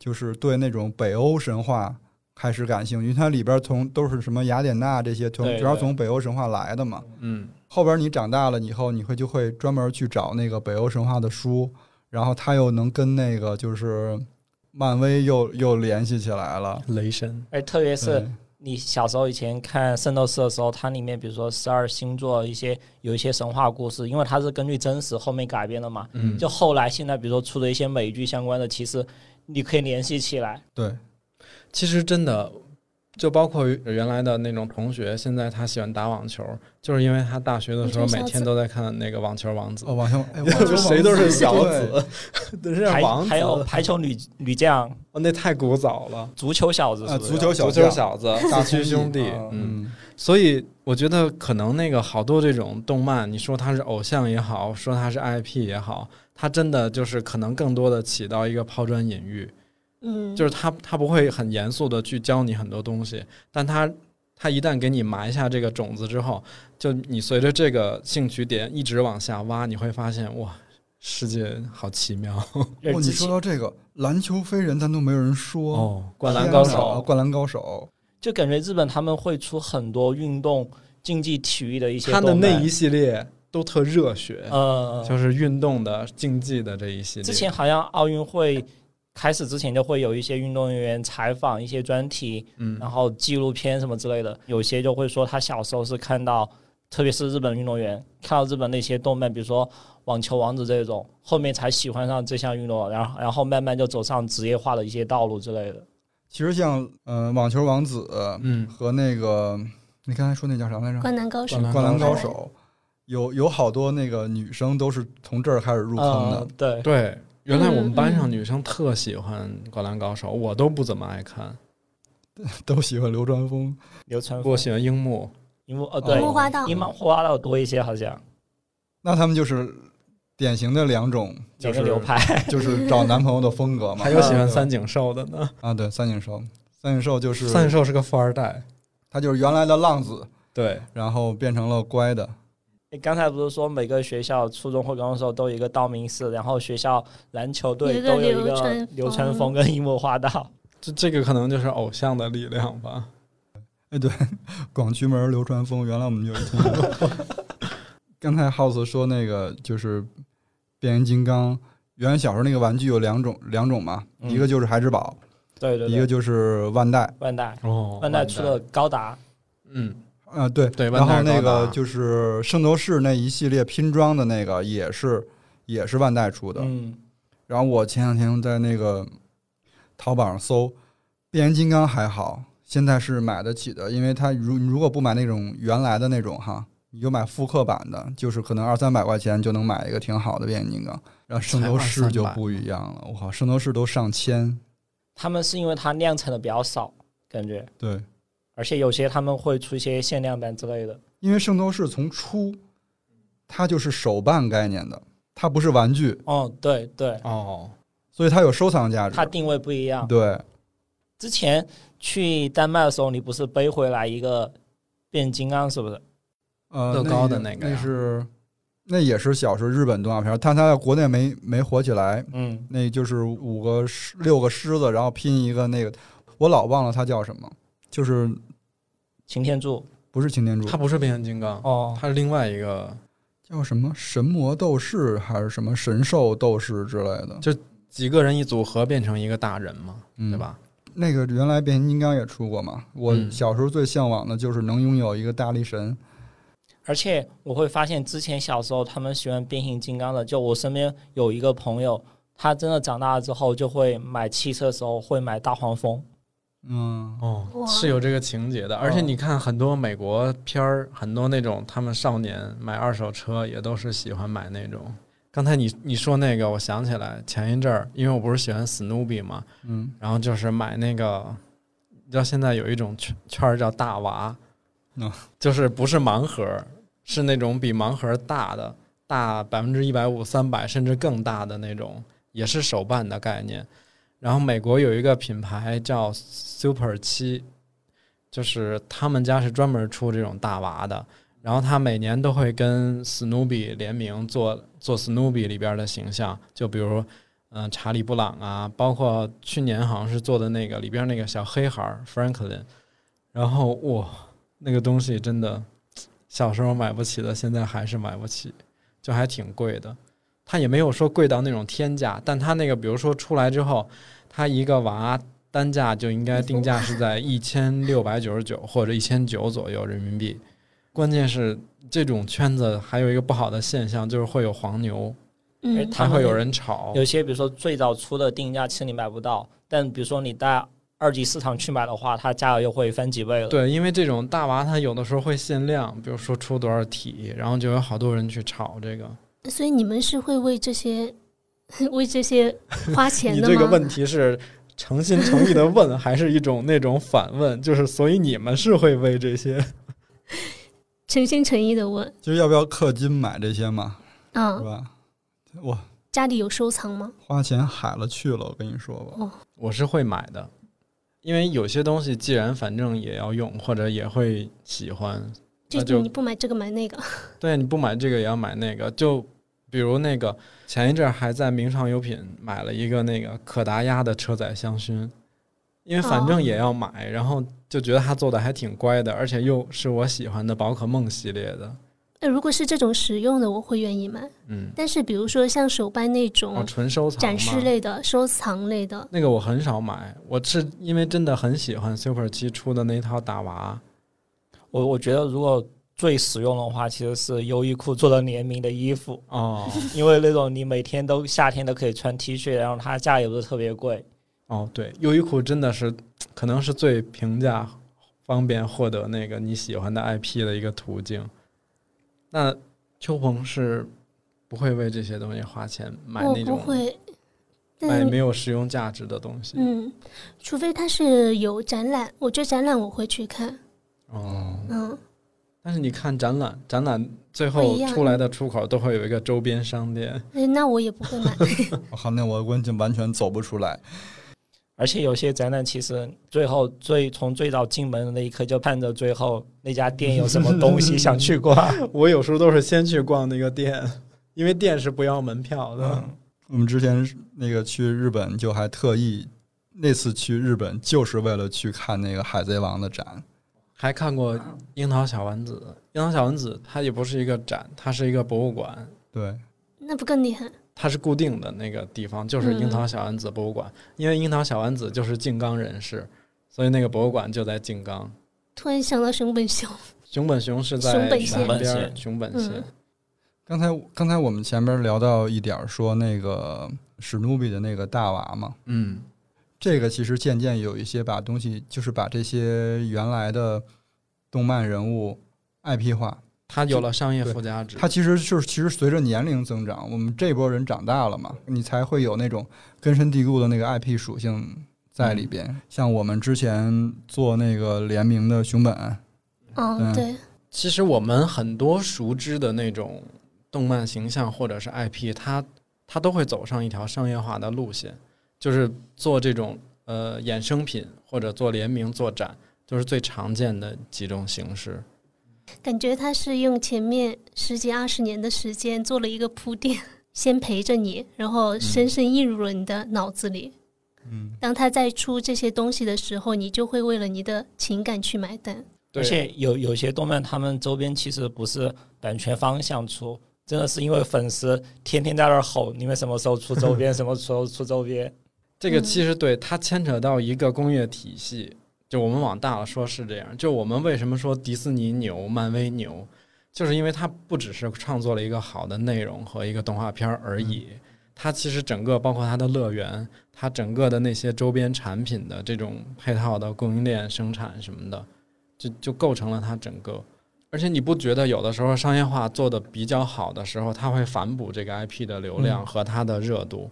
Speaker 5: 就是对那种北欧神话开始感兴趣，因为它里边从都是什么雅典娜这些，从
Speaker 1: 对
Speaker 5: 主要
Speaker 1: 对
Speaker 5: 从北欧神话来的嘛。
Speaker 6: 嗯，
Speaker 5: 后边你长大了以后，你会就会专门去找那个北欧神话的书，然后它又能跟那个就是漫威又又联系起来了。
Speaker 6: 雷神
Speaker 1: 哎，特别是
Speaker 5: 对
Speaker 1: 你小时候以前看《圣斗士》的时候，它里面比如说十二星座一些有一些神话故事，因为它是根据真实后面改编的嘛。
Speaker 6: 嗯
Speaker 1: 就后来现在比如说出的一些美剧相关的，其实你可以联系起来。
Speaker 5: 对，
Speaker 6: 其实真的，就包括原来的那种同学，现在他喜欢打网球，就是因为他大学的时候
Speaker 3: 你说
Speaker 6: 每
Speaker 3: 小
Speaker 6: 天都在看那个《网球王子
Speaker 5: 哦，》，网球，哎
Speaker 3: 就是
Speaker 6: 谁都是小，
Speaker 5: 网球王子
Speaker 6: 子， 哦人家
Speaker 1: 排
Speaker 6: 王子，
Speaker 1: 还有排球女女将、
Speaker 6: 哦那太古早了。
Speaker 1: 足球小子
Speaker 5: 对
Speaker 1: 是
Speaker 5: 啊，
Speaker 1: 不是
Speaker 5: 足球小
Speaker 6: 足球小 子、
Speaker 5: 大
Speaker 6: 大
Speaker 5: 区
Speaker 6: 区兄弟，嗯，
Speaker 5: 嗯，
Speaker 6: 所以我觉得可能那个好多这种动漫，你说它是偶像也好，说它是 IP 也好，它真的就是可能更多的起到一个抛砖引玉，
Speaker 3: 嗯，
Speaker 6: 就是它它不会很严肃的去教你很多东西，但它它一旦给你埋下这个种子之后，就你随着这个兴趣点一直往下挖，你会发现哇，世界好奇妙
Speaker 5: 哇，哦你说到这个篮球飞人，咱都没有人 说，
Speaker 6: 哦，灌篮高
Speaker 5: 天哪
Speaker 6: 手，
Speaker 5: 啊灌篮高手，
Speaker 1: 就感觉日本他们会出很多运动、竞技体育的一些
Speaker 6: 它的
Speaker 1: 动漫
Speaker 6: 那一系列都特热血，
Speaker 1: 呃，
Speaker 6: 就是运动的、竞技的这一系列。
Speaker 1: 之前好像奥运会开始之前就会有一些运动员采访一些专题，
Speaker 6: 嗯
Speaker 1: 然后纪录片什么之类的，有些就会说他小时候是看到，特别是日本运动员看到日本那些动漫，比如说《网球王子》这种，后面才喜欢上这项运动，然后然后慢慢就走上职业化的一些道路之类的。
Speaker 5: 其实像呃网球王子
Speaker 6: 嗯，
Speaker 5: 和那个你刚才说那叫啥来着？
Speaker 3: 灌篮高手
Speaker 6: 灌，篮
Speaker 5: 灌篮高
Speaker 6: 高
Speaker 5: 手。有有好多那个女生都是从这儿开始入坑的
Speaker 6: 啊
Speaker 1: 嗯，，对，
Speaker 6: 对，原来我们班
Speaker 1: 嗯
Speaker 6: 上女生特喜欢《灌篮高手》，我都不怎么爱看，
Speaker 5: 都喜欢流川枫。
Speaker 1: 流川
Speaker 6: 我
Speaker 1: 枫、
Speaker 6: 喜欢樱木。
Speaker 1: 樱木，哦
Speaker 5: 对
Speaker 1: 对
Speaker 3: 樱，木花道
Speaker 1: 樱木花道多一些好像。
Speaker 5: 那他们就是典型的两种，就
Speaker 1: 哪
Speaker 5: 是
Speaker 1: 个流派？
Speaker 5: 就是找男朋友的风格 嘛。
Speaker 1: 嗯
Speaker 6: 还有喜欢
Speaker 5: 对吧
Speaker 6: 三井寿的呢。
Speaker 5: 啊，对，三井寿，三井寿就是
Speaker 6: 三井寿是个富二代，
Speaker 5: 他就是原来的浪子，
Speaker 6: 对，
Speaker 5: 然后变成了乖的。
Speaker 1: 你刚才不是说每个学校初中或高中的时候都有一个道明寺，然后学校篮球
Speaker 3: 有
Speaker 1: 队
Speaker 3: 一个
Speaker 1: 都有一
Speaker 3: 流川
Speaker 1: 个
Speaker 3: 枫
Speaker 1: 流川枫跟樱木花道，
Speaker 6: 这这个可能就是偶像的力量吧。
Speaker 5: 哎，对，广渠门流川枫，原来我们就有一同学 刚才 House 说那个就是变形金刚，原来小时候那个玩具有两种，两种嘛，
Speaker 1: 嗯
Speaker 5: 一个就是孩之宝，
Speaker 1: 对对
Speaker 5: 一
Speaker 1: 对，
Speaker 5: 个就是万代。
Speaker 1: 万代，
Speaker 6: 哦
Speaker 1: 万代出了，高达，
Speaker 6: 嗯，
Speaker 5: 啊，对
Speaker 6: 对万
Speaker 5: 然
Speaker 6: 代
Speaker 5: 后那
Speaker 6: 高达
Speaker 5: 个就是圣斗士那一系列拼装的那个也是也是万代出的。
Speaker 1: 嗯，
Speaker 5: 然后我前两天在那个淘宝上搜变形金刚还好，现在是买得起的，因为它如你如果不买那种原来的那种哈，你就买复刻版的，就是可能二三百块钱就能买一个挺好的变形金刚。然后圣斗士就不一样了，我靠，圣斗士都上千，
Speaker 1: 他们是因为它量产的比较少，感觉，
Speaker 5: 对，
Speaker 1: 而且有些他们会出一些限量版之类的，
Speaker 5: 因为圣斗士从出它就是手办概念的，它不是玩具，
Speaker 1: 哦，对对，
Speaker 6: 哦，
Speaker 5: 所以它有收藏价值
Speaker 1: 它。定位不一样。
Speaker 5: 对，
Speaker 1: 之前去丹麦的时候，你不是背回来一个变形金刚，是不是？
Speaker 5: 呃，
Speaker 6: 乐高的那
Speaker 5: 那
Speaker 6: 个呀
Speaker 5: 那是那也是小时候日本动画片儿，但它在国内没没火起来。
Speaker 1: 嗯，
Speaker 5: 那就是五个狮六个狮子，然后拼一个那个，我老忘了它叫什么，就是
Speaker 1: 擎天柱。
Speaker 5: 不是擎天柱
Speaker 6: 他，不是变形金刚，
Speaker 1: 哦，
Speaker 6: 他是另外一个
Speaker 5: 叫什么神魔斗士还是什么神兽斗士之类的，
Speaker 6: 几个人一组合变成一个大人嘛，
Speaker 5: 嗯
Speaker 6: 对？吧？
Speaker 5: 那个原来变形金刚也出过嘛，我
Speaker 6: 嗯
Speaker 5: 小时候最向往的就是能拥有一个大力神，
Speaker 1: 而且我会发现，之前小时候他们喜欢变形金刚的，就我身边有一个朋友，他真的长大了之后就会买汽车的时候会买大黄蜂。
Speaker 5: 嗯，
Speaker 6: 哦
Speaker 3: 哇
Speaker 6: 是有这个情节的，而且你看很多美国片儿，很多那种他们少年买二手车也都是喜欢买那种。刚才你你说那个，我想起来前一阵儿，因为我不是喜欢 Snoopy 嘛，
Speaker 5: 嗯，
Speaker 6: 然后就是买那个，你知道现在有一种圈圈儿叫大娃，
Speaker 5: 嗯
Speaker 6: 就是不是盲盒儿，是那种比盲盒儿大的，大百分之一百五、三百甚至更大的那种，也是手办的概念。然后美国有一个品牌叫 Super 七，就是他们家是专门出这种大娃的，然后他每年都会跟 Snoopy 联名做做 Snoopy 里边的形象，就比如嗯、呃查理布朗啊，包括去年好像是做的那个里边那个小黑孩儿 Franklin，然后哇，那个东西真的小时候买不起的，现在还是买不起，就还挺贵的。它也没有说贵到那种天价，但它那个比如说出来之后，它一个娃单价就应该定价是在一千六百九十九或者一千九左右人民币。关键是这种圈子还有一个不好的现象，就是会有黄牛，
Speaker 1: 哎
Speaker 3: 嗯，
Speaker 1: 他
Speaker 6: 还
Speaker 1: 们
Speaker 6: 会有人炒。
Speaker 1: 有些比如说最早出的定价其实你买不到，但比如说你在二级市场去买的话，它价格又会翻几倍了。
Speaker 6: 对，因为这种大娃它有的时候会限量，比如说出多少体，然后就有好多人去炒这个。
Speaker 3: 所以你们是会为这些 为这些花 钱
Speaker 6: 你
Speaker 3: 的
Speaker 6: 这个
Speaker 3: 吗？
Speaker 6: 问题是诚心诚意的问，还是一种那种反问？就是所以你们是会为这些？
Speaker 3: 诚心诚意的问，
Speaker 5: 就是要不要氪金买这些嘛，是
Speaker 3: 嗯，
Speaker 5: 吧？哇，
Speaker 3: 家里有收藏吗？
Speaker 5: 花钱海了去了，我跟你说吧，
Speaker 6: 我是会买的，因为有些东西既然反正也要用，或者也会喜欢，
Speaker 3: 就
Speaker 6: 那就
Speaker 3: 你不买这个买那个，
Speaker 6: 对，啊你不买这个也要买那个。就比如那个前一阵儿还在名创优品买了一个那个可达鸭的车载香薰，因为反正
Speaker 3: 哦
Speaker 6: 也要买，然后就觉得它做的还挺乖的，而且又是我喜欢的宝可梦系列的。
Speaker 3: 呃如果是这种实用的，我会愿意买。
Speaker 6: 嗯，
Speaker 3: 但是比如说像手办那
Speaker 6: 我
Speaker 3: 种
Speaker 6: 纯哦收藏
Speaker 3: 嗯展示
Speaker 6: 嘛
Speaker 3: 类的、收藏类的，
Speaker 6: 那个我很少买，我是因为真的很喜欢 Super 七出的那套大娃，
Speaker 1: 我我觉得如果最实用的话，其实是优衣库做的联名的衣服，
Speaker 6: 哦
Speaker 1: 因为那种你每天都夏天都可以穿 T 恤，然后它价也不是特别贵。
Speaker 6: 哦，对，优衣库真的是可能是最平价、方便获得那个你喜欢的 IP 的一个途径。那秋鹏是不会为这些东西花钱买
Speaker 3: 我
Speaker 6: 那
Speaker 3: 不
Speaker 6: 种
Speaker 3: 会。
Speaker 6: 买
Speaker 3: 但
Speaker 6: 没有实用价值的东西。
Speaker 3: 嗯，除非它是有展览，我觉得展览我会去看。
Speaker 6: 哦，
Speaker 3: 嗯，
Speaker 6: 但是你看展览，展览最
Speaker 3: 不
Speaker 6: 后
Speaker 3: 一样
Speaker 6: 出来的出口都会有一个周边商店，
Speaker 3: 哎，那我也不会 买。
Speaker 5: 我靠，那我完全完全走不出来。
Speaker 1: 而且有些展览其实最后最从最早进门的那一刻就盼着最后那家店有什么东西想去逛。
Speaker 6: 我有时候都是先去逛那个店，因为店是不要门票的。
Speaker 5: 我们之前那个去日本就还特意，那次去日本就是为了去看那个《海贼王》的展。
Speaker 6: 还看过《樱桃小丸子》，《樱桃小丸子》它也不是一个展，它是一个博物馆，
Speaker 5: 对，
Speaker 3: 那不更厉害？
Speaker 6: 它是固定的那个地方，就是
Speaker 3: 嗯
Speaker 6: 樱桃小丸子博物馆。因为樱桃小丸子就是静冈人士，所以那个博物馆就在静冈。
Speaker 3: 突然想到熊本熊，
Speaker 6: 熊本熊是
Speaker 3: 熊
Speaker 6: 在
Speaker 3: 本县
Speaker 6: 南边儿，
Speaker 1: 嗯
Speaker 6: 熊本县。
Speaker 5: 刚才刚才我们前边聊到一点儿说那个史努比的那个大娃嘛，
Speaker 6: 嗯，
Speaker 5: 这个其实渐渐有一些把东西，就是把这些原来的动漫人物 IP 化。
Speaker 6: 它有了商业
Speaker 5: 对
Speaker 6: 附加值。
Speaker 5: 它其实就是其实随着年龄增长，我们这波人长大了嘛，你才会有那种根深蒂固的那个 IP 属性在里边。像我们之前做那个联名的熊本，
Speaker 3: 嗯，
Speaker 5: 嗯
Speaker 3: 对，
Speaker 6: 其实我们很多熟知的那种动漫形象或者是 IP，它它都会走上一条商业化的路线，就是做这种呃衍生品或者做联名做展，就是最常见的几种形式。
Speaker 3: 感觉他是用前面十几二十年的时间做了一个铺垫，先陪着你，然后
Speaker 6: 嗯
Speaker 3: 深深映入了你的脑子里。
Speaker 5: 嗯，
Speaker 3: 当他在出这些东西的时候，你就会为了你的情感去买单。
Speaker 1: 而且有有些动漫他们周边其实不是版权方向出，真的是因为粉丝天天在那儿吼，你们什么时候出周边，什么时候出周边。
Speaker 6: 这个其实对它牵扯到一个工业体系，就我们往大了说是这样。就我们为什么说迪士尼牛、漫威牛，就是因为它不只是创作了一个好的内容和一个动画片儿而已，它其实整个包括它的乐园，它整个的那些周边产品的这种配套的供应链生产什么的，就就构成了它整个。而且你不觉得有的时候商业化做的比较好的时候，它会反哺这个 IP 的流量
Speaker 5: 嗯
Speaker 6: 和它的热度，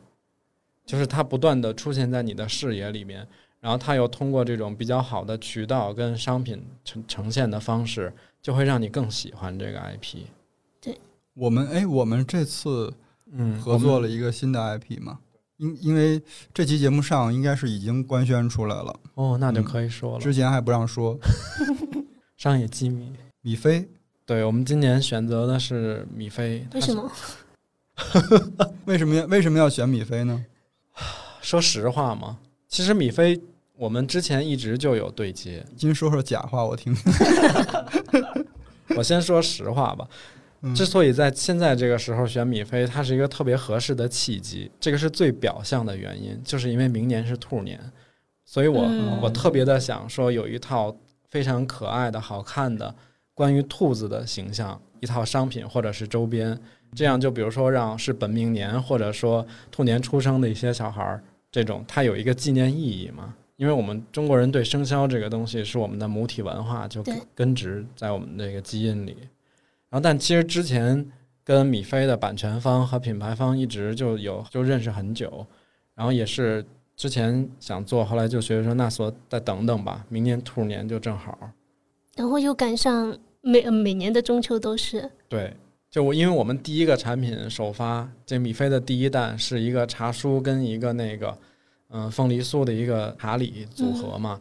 Speaker 6: 就是它不断的出现在你的视野里面，然后它又通过这种比较好的渠道跟商品呈呈现的方式，就会让你更喜欢这个 IP。
Speaker 5: 我们哎，我们这次
Speaker 6: 嗯
Speaker 5: 合作了一个新的 IP 嘛，因因为这期节目上应该是已经官宣出来了，
Speaker 6: 哦，那就可以说了，
Speaker 5: 嗯之前还不让说。
Speaker 6: 商业机密。
Speaker 5: 米菲
Speaker 6: 对我们今年选择的是米菲，
Speaker 3: 为什？么？
Speaker 5: 为什么要为什么要选米菲呢？
Speaker 6: 说实话嘛，其实米菲我们之前一直就有对接。
Speaker 5: 今说说假话，我听听。
Speaker 6: 我先说实话吧，
Speaker 5: 嗯
Speaker 6: 之所以在现在这个时候选米菲，它是一个特别合适的契机，这个是最表象的原因，就是因为明年是兔年，所以我、
Speaker 3: 嗯
Speaker 6: 我特别的想说有一套非常可爱的好看的关于兔子的形象，一套商品或者是周边，这样就比如说让是本命年或者说兔年出生的一些小孩儿，这种它有一个纪念意义嘛。因为我们中国人对生肖这个东西是我们的母体文化，就
Speaker 3: 对
Speaker 6: 根植在我们这个基因里。然后，但其实之前跟米菲的版权方和品牌方一直就有就认识很久，然后也是之前想做，后来就觉得说那所再等等吧，明年兔年就正好。
Speaker 3: 然后又赶上每呃每年的中秋都是，
Speaker 6: 对，就我因为我们第一个产品首发，这米菲的第一弹是一个茶酥跟一个那个嗯、呃凤梨酥的一个塔里组合嘛，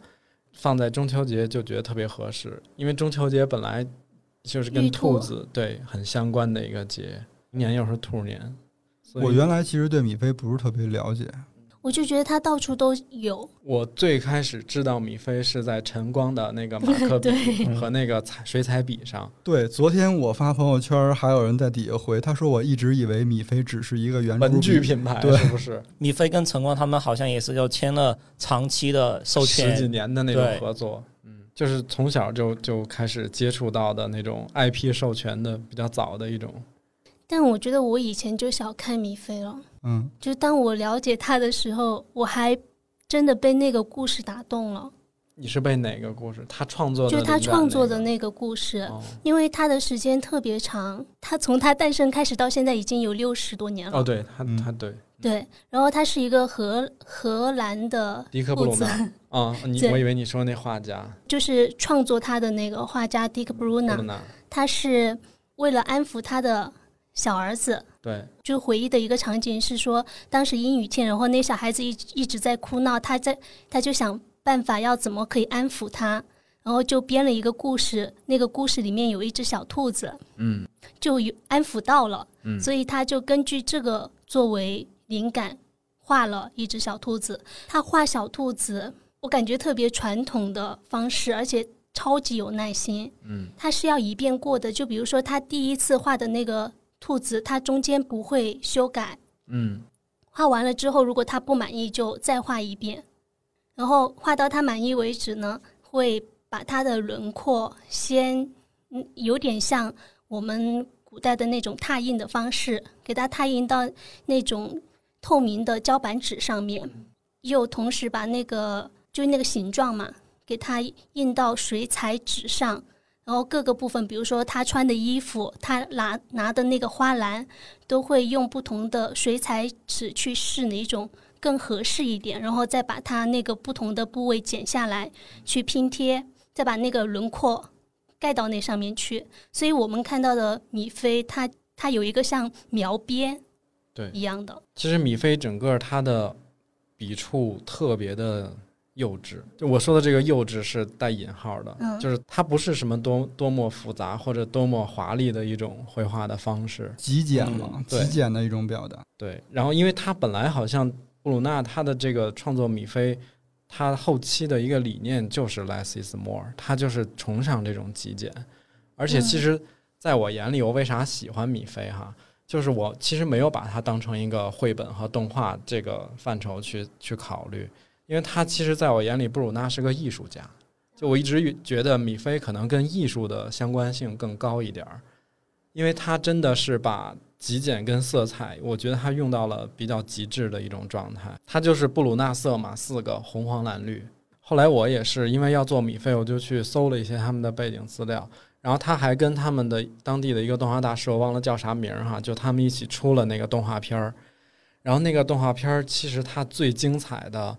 Speaker 6: 放在中秋节就觉得特别合适，因为中秋节本来就是
Speaker 3: 玉
Speaker 6: 跟
Speaker 3: 兔
Speaker 6: 兔子对很相关的一个节，明年又是兔年，所以
Speaker 5: 我原来其实对米菲不是特别了解，
Speaker 3: 我就觉得他到处都有。
Speaker 6: 我最开始知道米菲是在晨光的那个马克笔
Speaker 1: 对
Speaker 6: 和那个彩水彩笔上，
Speaker 5: 对，昨天我发朋友圈儿，还有人在底下回，他说我一直以为米菲只是一个原著
Speaker 6: 文具
Speaker 5: 笔
Speaker 6: 品牌
Speaker 5: 对
Speaker 6: 是不是？
Speaker 1: 米菲跟晨光他们好像也是就签了长期的授
Speaker 6: 十几
Speaker 1: 权，
Speaker 6: 年的那种
Speaker 1: 对
Speaker 6: 合作，嗯，就是从小就就开始接触到的那种 IP 授权的比较早的一种，
Speaker 3: 但我觉得我以前就小看米菲了，
Speaker 5: 嗯，
Speaker 3: 就当我了解他的时候，我还真的被那个故事打动了，
Speaker 6: 你是被哪个故事？他创作的
Speaker 3: 就是他
Speaker 6: 灵感
Speaker 3: 创作的
Speaker 6: 那
Speaker 3: 那个故事。
Speaker 6: 个哦
Speaker 3: 因为他的时间特别长，他从他诞生开始到现在已经有六十多年了。
Speaker 6: 哦，对他
Speaker 5: 嗯
Speaker 6: 他对
Speaker 3: 对，然后他是一个荷荷兰的
Speaker 6: 迪克布
Speaker 3: 负
Speaker 6: 鲁
Speaker 3: 责
Speaker 6: 曼 啊，你
Speaker 3: 对
Speaker 6: 我以为你说那画家
Speaker 3: 就是创作他的那个画家迪克布鲁
Speaker 6: 布
Speaker 3: 纳
Speaker 6: 鲁，纳，
Speaker 3: 他是为了安抚他的小儿子，
Speaker 6: 对，
Speaker 3: 就回忆的一个场景是说，当时阴雨天，然后那小孩子一直一直在哭闹，他在他就想办法要怎么可以安抚他，然后就编了一个故事，那个故事里面有一只小兔子，
Speaker 6: 嗯
Speaker 3: 就有安抚到了，
Speaker 6: 嗯
Speaker 3: 所以他就根据这个作为灵感画了一只小兔子。他画小兔子，我感觉特别传统的方式，而且超级有耐心。
Speaker 6: 嗯，
Speaker 3: 他是要一遍过的，就比如说他第一次画的那个兔子，他中间不会修改，
Speaker 6: 嗯
Speaker 3: 画完了之后，如果他不满意，就再画一遍，然后画到他满意为止呢，会把它的轮廓先，嗯，有点像我们古代的那种拓印的方式，给它拓印到那种透明的胶板纸上面，又同时把那个就是那个形状嘛，给它印到水彩纸上。然后各个部分，比如说他穿的衣服，他拿拿的那个花篮，都会用不同的水彩纸去试哪一种更合适一点，然后再把它那个不同的部位剪下来去拼贴，再把那个轮廓盖到那上面去。所以我们看到的米菲，它它有一个像描边
Speaker 6: 对
Speaker 3: 一样的，
Speaker 6: 其实米菲整个他的笔触特别的幼稚，就我说的这个幼稚是带引号的，
Speaker 3: 嗯
Speaker 6: 就是它不是什么多多么复杂或者多么华丽的一种绘画的方式，
Speaker 5: 极简嘛
Speaker 6: 嗯，
Speaker 5: 极
Speaker 6: 对
Speaker 5: 简的一种表达。
Speaker 6: 对。然后因为他本来好像布鲁纳他的这个创作米菲。他后期的一个理念就是 less is more，他就是崇尚这种极简，而且其实在我眼里，我为啥喜欢米菲哈？就是我其实没有把它当成一个绘本和动画这个范畴去去考虑，因为他其实在我眼里，布鲁纳是个艺术家。就我一直觉得米菲可能跟艺术的相关性更高一点儿，因为他真的是把极简跟色彩，我觉得他用到了比较极致的一种状态。他就是布鲁纳色嘛，四个红黄蓝绿。后来我也是因为要做米菲，我就去搜了一些他们的背景资料，然后他还跟他们的当地的一个动画大师，我忘了叫啥名儿哈，就他们一起出了那个动画片儿。然后那个动画片儿，其实它最精彩的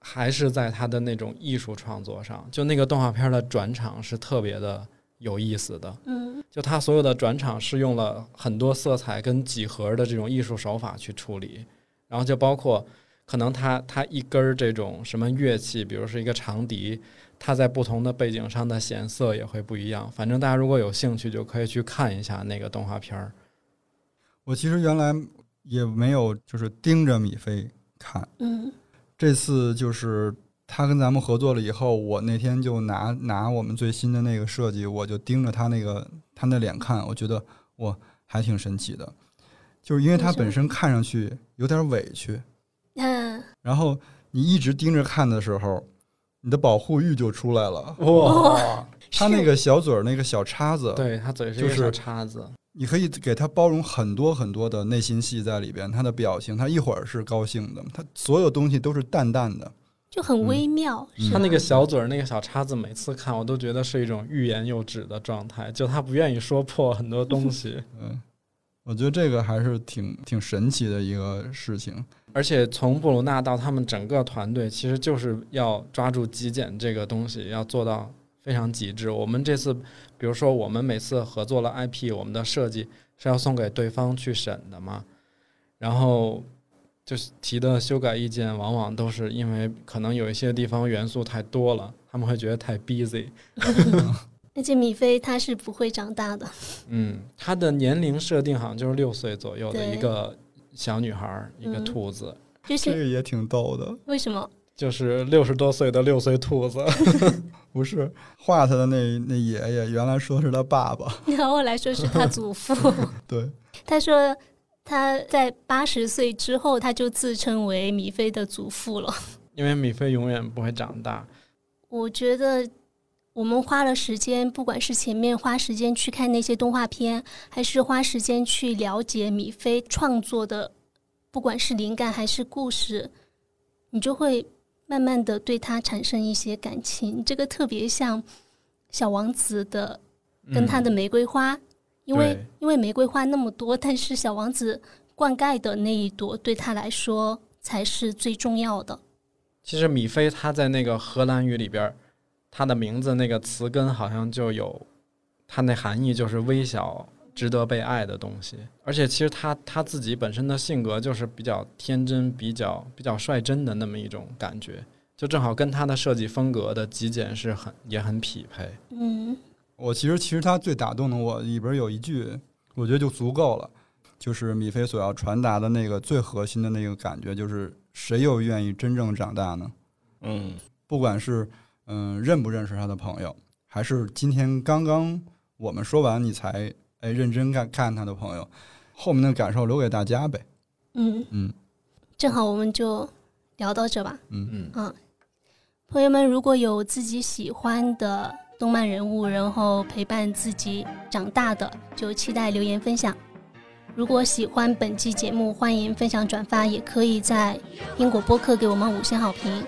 Speaker 6: 还是在它的那种艺术创作上。就那个动画片儿的转场是特别的有意思的，
Speaker 3: 嗯
Speaker 6: 就它所有的转场是用了很多色彩跟几何的这种艺术手法去处理，然后就包括可能它它一根儿这种什么乐器，比如是一个长笛，它在不同的背景上的显色也会不一样。反正大家如果有兴趣，就可以去看一下那个动画片儿。
Speaker 5: 我其实原来也没有就是盯着米菲看，
Speaker 3: 嗯
Speaker 5: 这次就是他跟咱们合作了以后，我那天就拿拿我们最新的那个设计，我就盯着他那个他那脸看，我觉得我还挺神奇的，就是因为他本身看上去有点委屈，
Speaker 3: 嗯，
Speaker 5: 然后你一直盯着看的时候，你的保护欲就出来了。
Speaker 6: 哇，
Speaker 5: 他那个小嘴儿那个小叉子，
Speaker 6: 对，它嘴是一
Speaker 5: 就
Speaker 6: 个
Speaker 5: 是
Speaker 6: 小叉子，
Speaker 5: 你可以给他包容很多很多的内心戏在里边，他的表情，他一会儿是高兴的，他所有东西都是淡淡的。
Speaker 3: 就很微妙，是
Speaker 6: 他
Speaker 3: 吧
Speaker 6: 嗯那个小嘴儿、那个小叉子，每次看我都觉得是一种欲言又止的状态，就他不愿意说破很多东西。
Speaker 5: 嗯，我觉得这个还是挺挺神奇的一个事情。
Speaker 6: 而且从布鲁纳到他们整个团队，其实就是要抓住极简这个东西，要做到非常极致。我们这次，比如说我们每次合作了 IP，我们的设计是要送给对方去审的嘛，然后就是提的修改意见，往往都是因为可能有一些地方元素太多了，他们会觉得太 busy，
Speaker 3: 而且米菲他是不会长大的，
Speaker 6: 嗯，她的年龄设定好像就是六岁左右的
Speaker 3: 对
Speaker 6: 一个小女孩儿，一个
Speaker 3: 嗯
Speaker 6: 兔子，
Speaker 3: 就
Speaker 5: 这
Speaker 3: 是
Speaker 5: 个也挺逗的，
Speaker 3: 为什么？
Speaker 6: 就是六十多岁的六岁兔子。
Speaker 5: 不是画他的那那爷爷，原来说是他爸爸，
Speaker 3: 然后来说是他祖父。
Speaker 5: 对，
Speaker 3: 他说他在八十岁之后，他就自称为米菲的祖父了。
Speaker 6: 因为米菲永远不会长大，
Speaker 3: 我觉得我们花了时间，不管是前面花时间去看那些动画片，还是花时间去了解米菲创作的，不管是灵感还是故事，你就会慢慢的对他产生一些感情。这个特别像《小王子》的嗯跟他的玫瑰花，因为
Speaker 6: 嗯对
Speaker 3: 因为玫瑰花那么多，但是小王子灌溉的那一朵，对他来说才是最重要的。
Speaker 6: 其实米菲他在那个荷兰语里边儿，他的名字那个词根好像就有，他那含义就是微小、值得被爱的东西。而且其实他他自己本身的性格就是比较天真、比较比较率真的那么一种感觉，就正好跟他的设计风格的极简是很也很匹配。
Speaker 3: 嗯，
Speaker 5: 我其实其实他最打动的我里边有一句，我觉得就足够了，就是米菲所要传达的那个最核心的那个感觉，就是谁又愿意真正长大呢？
Speaker 2: 嗯，
Speaker 5: 不管是嗯、认不认识他的朋友，还是今天刚刚我们说完你才哎认真看看他的朋友，后面的感受留给大家呗。
Speaker 3: 嗯
Speaker 5: 嗯，
Speaker 3: 正好我们就聊到这吧。
Speaker 5: 嗯，
Speaker 6: 嗯，
Speaker 3: 朋友们，如果有自己喜欢的动漫人物，然后陪伴自己长大的，就期待留言分享。如果喜欢本期节目，欢迎分享转发，也可以在苹果播客给我们五星好评。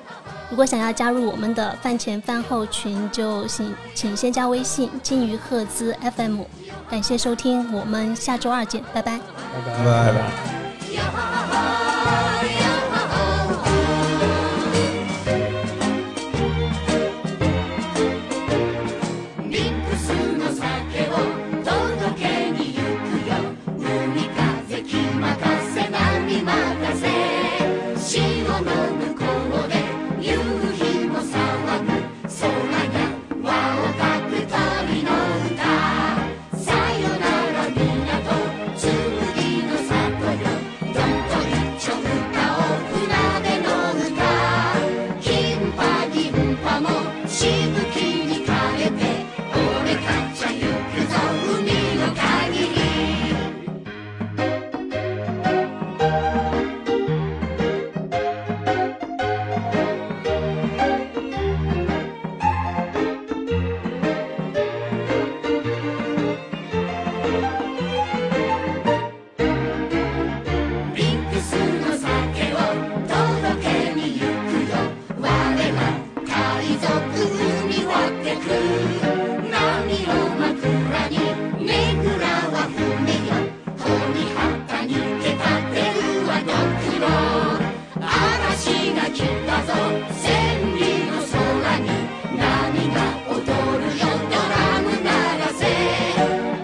Speaker 3: 如果想要加入我们的饭前饭后群，就请请先加微信“金鱼赫兹 FM”。感谢收听，我们下周二见，拜拜。
Speaker 6: 拜拜
Speaker 5: 拜拜。
Speaker 7: ミックスの酒を届けに行くよ海風気任せ波任せ潮の向こうで夕日も騒ぐ空が輪をかく旅の歌さよなら港紬の里よどんと一丁歌おう船出の歌金パ銀パもしぶきに変えて俺たちは行くぞ海の限りミックスの酒を届けに行くよ我は海賊海割ってく波を枕にねぐらは船よ堀畑にけたてるはドクロ嵐が来たぞ千里の空に波が踊るよドラム鳴らせ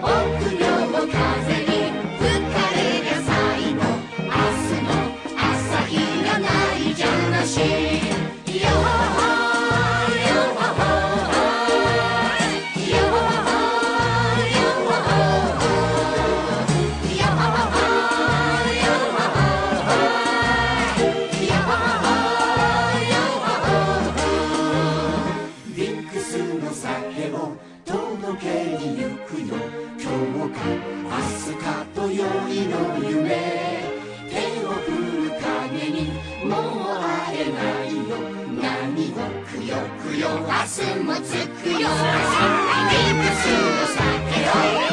Speaker 7: 臆病を風に吹かれりゃ最後明日の朝日がないじゃなしよほほよほほよほほよほほよほほよほほよほほよほほリンクスの酒を届けに行くよ今日か明日かと宵の夢手を振る影にもう会えないよ何をくよくよ明日もつくよリンクスの酒を